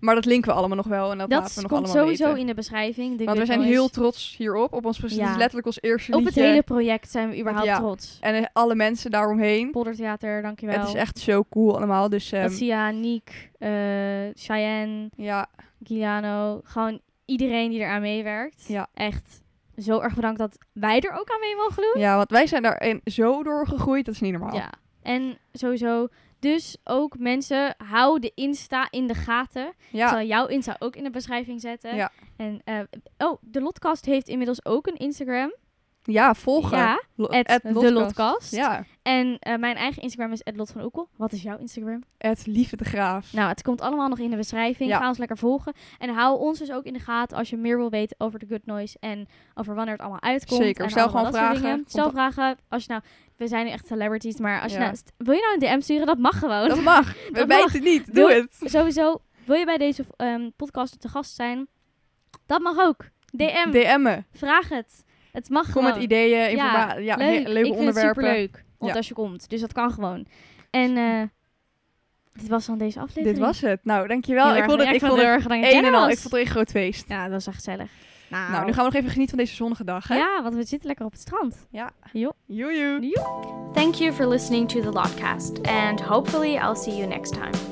[SPEAKER 2] Maar dat linken we allemaal nog wel. En dat, laten
[SPEAKER 1] dat
[SPEAKER 2] we nog
[SPEAKER 1] komt
[SPEAKER 2] allemaal
[SPEAKER 1] sowieso
[SPEAKER 2] weten.
[SPEAKER 1] in de beschrijving. de
[SPEAKER 2] Want we
[SPEAKER 1] Good
[SPEAKER 2] zijn
[SPEAKER 1] Boys.
[SPEAKER 2] heel trots hierop. Op ons precies
[SPEAKER 1] Ja.
[SPEAKER 2] letterlijk ons eerste
[SPEAKER 1] Op het
[SPEAKER 2] liedje.
[SPEAKER 1] hele project zijn we überhaupt
[SPEAKER 2] Ja.
[SPEAKER 1] trots.
[SPEAKER 2] En eh, alle mensen daaromheen.
[SPEAKER 1] Poldertheater, dankjewel.
[SPEAKER 2] Het is echt zo cool allemaal. Dus ehm,
[SPEAKER 1] Asia, Niek, eh, Cheyenne,
[SPEAKER 2] ja,
[SPEAKER 1] Guilano, gewoon iedereen die eraan meewerkt.
[SPEAKER 2] Ja.
[SPEAKER 1] Echt zo erg bedankt dat wij er ook aan mee mogen doen.
[SPEAKER 2] ja, want wij zijn daarin zo doorgegroeid. Dat is niet normaal.
[SPEAKER 1] Ja. En sowieso. Dus ook mensen, hou de Insta in de gaten.
[SPEAKER 2] Ja.
[SPEAKER 1] Ik zal jouw Insta ook in de beschrijving zetten.
[SPEAKER 2] Ja.
[SPEAKER 1] En, eh, oh, de Lotkast heeft inmiddels ook een Instagram.
[SPEAKER 2] Ja, volgen.
[SPEAKER 1] Ja,
[SPEAKER 2] Lo-
[SPEAKER 1] at
[SPEAKER 2] at
[SPEAKER 1] de
[SPEAKER 2] Lotkast.
[SPEAKER 1] Lotkast.
[SPEAKER 2] Ja,
[SPEAKER 1] En eh, mijn eigen Instagram is Lot van Oekel. Wat is jouw Instagram?
[SPEAKER 2] het Lieve de Graaf.
[SPEAKER 1] Nou, het komt allemaal nog in de beschrijving.
[SPEAKER 2] Ja.
[SPEAKER 1] Ga ons lekker volgen. En hou ons dus ook in de gaten als je meer wil weten over de Good Noise. En over wanneer het allemaal uitkomt.
[SPEAKER 2] Zeker.
[SPEAKER 1] en
[SPEAKER 2] Stel
[SPEAKER 1] allemaal
[SPEAKER 2] gewoon
[SPEAKER 1] dat soort
[SPEAKER 2] vragen.
[SPEAKER 1] dingen. Stel
[SPEAKER 2] Komt-
[SPEAKER 1] vragen. Als je nou, we zijn nu echt celebrities, maar als je
[SPEAKER 2] Ja.
[SPEAKER 1] nou, st- wil je nou een DM sturen? Dat mag gewoon.
[SPEAKER 2] Dat mag. We
[SPEAKER 1] mag.
[SPEAKER 2] wijten niet.
[SPEAKER 1] Doe-
[SPEAKER 2] Doe het.
[SPEAKER 1] Sowieso, wil je bij deze ehm, podcast te gast zijn? Dat mag ook. DM,
[SPEAKER 2] DM'en.
[SPEAKER 1] vraag het. Het mag
[SPEAKER 2] Kom
[SPEAKER 1] gewoon.
[SPEAKER 2] met ideeën, informatie. Ja,
[SPEAKER 1] leuk.
[SPEAKER 2] he- leuke
[SPEAKER 1] ik vind
[SPEAKER 2] onderwerpen.
[SPEAKER 1] het superleuk, want als je komt. Dus dat kan gewoon. En eh, dit was dan deze aflevering.
[SPEAKER 2] Dit was het. Nou, dankjewel.
[SPEAKER 1] Heel
[SPEAKER 2] ik
[SPEAKER 1] erg
[SPEAKER 2] vond het,
[SPEAKER 1] leuk.
[SPEAKER 2] ik vond
[SPEAKER 1] heel
[SPEAKER 2] het
[SPEAKER 1] erg dat je
[SPEAKER 2] één en
[SPEAKER 1] er
[SPEAKER 2] al.
[SPEAKER 1] was.
[SPEAKER 2] Ik vond het een groot feest.
[SPEAKER 1] Ja, dat was echt gezellig. Nou,
[SPEAKER 2] Nou, nu gaan we nog even genieten van deze zonnige dag, hè?
[SPEAKER 1] Ja, want we zitten lekker op het strand.
[SPEAKER 2] Ja.
[SPEAKER 1] Jo.
[SPEAKER 2] Joejoe.
[SPEAKER 1] Thank you for listening to the Lotcast, and hopefully I'll see you next time.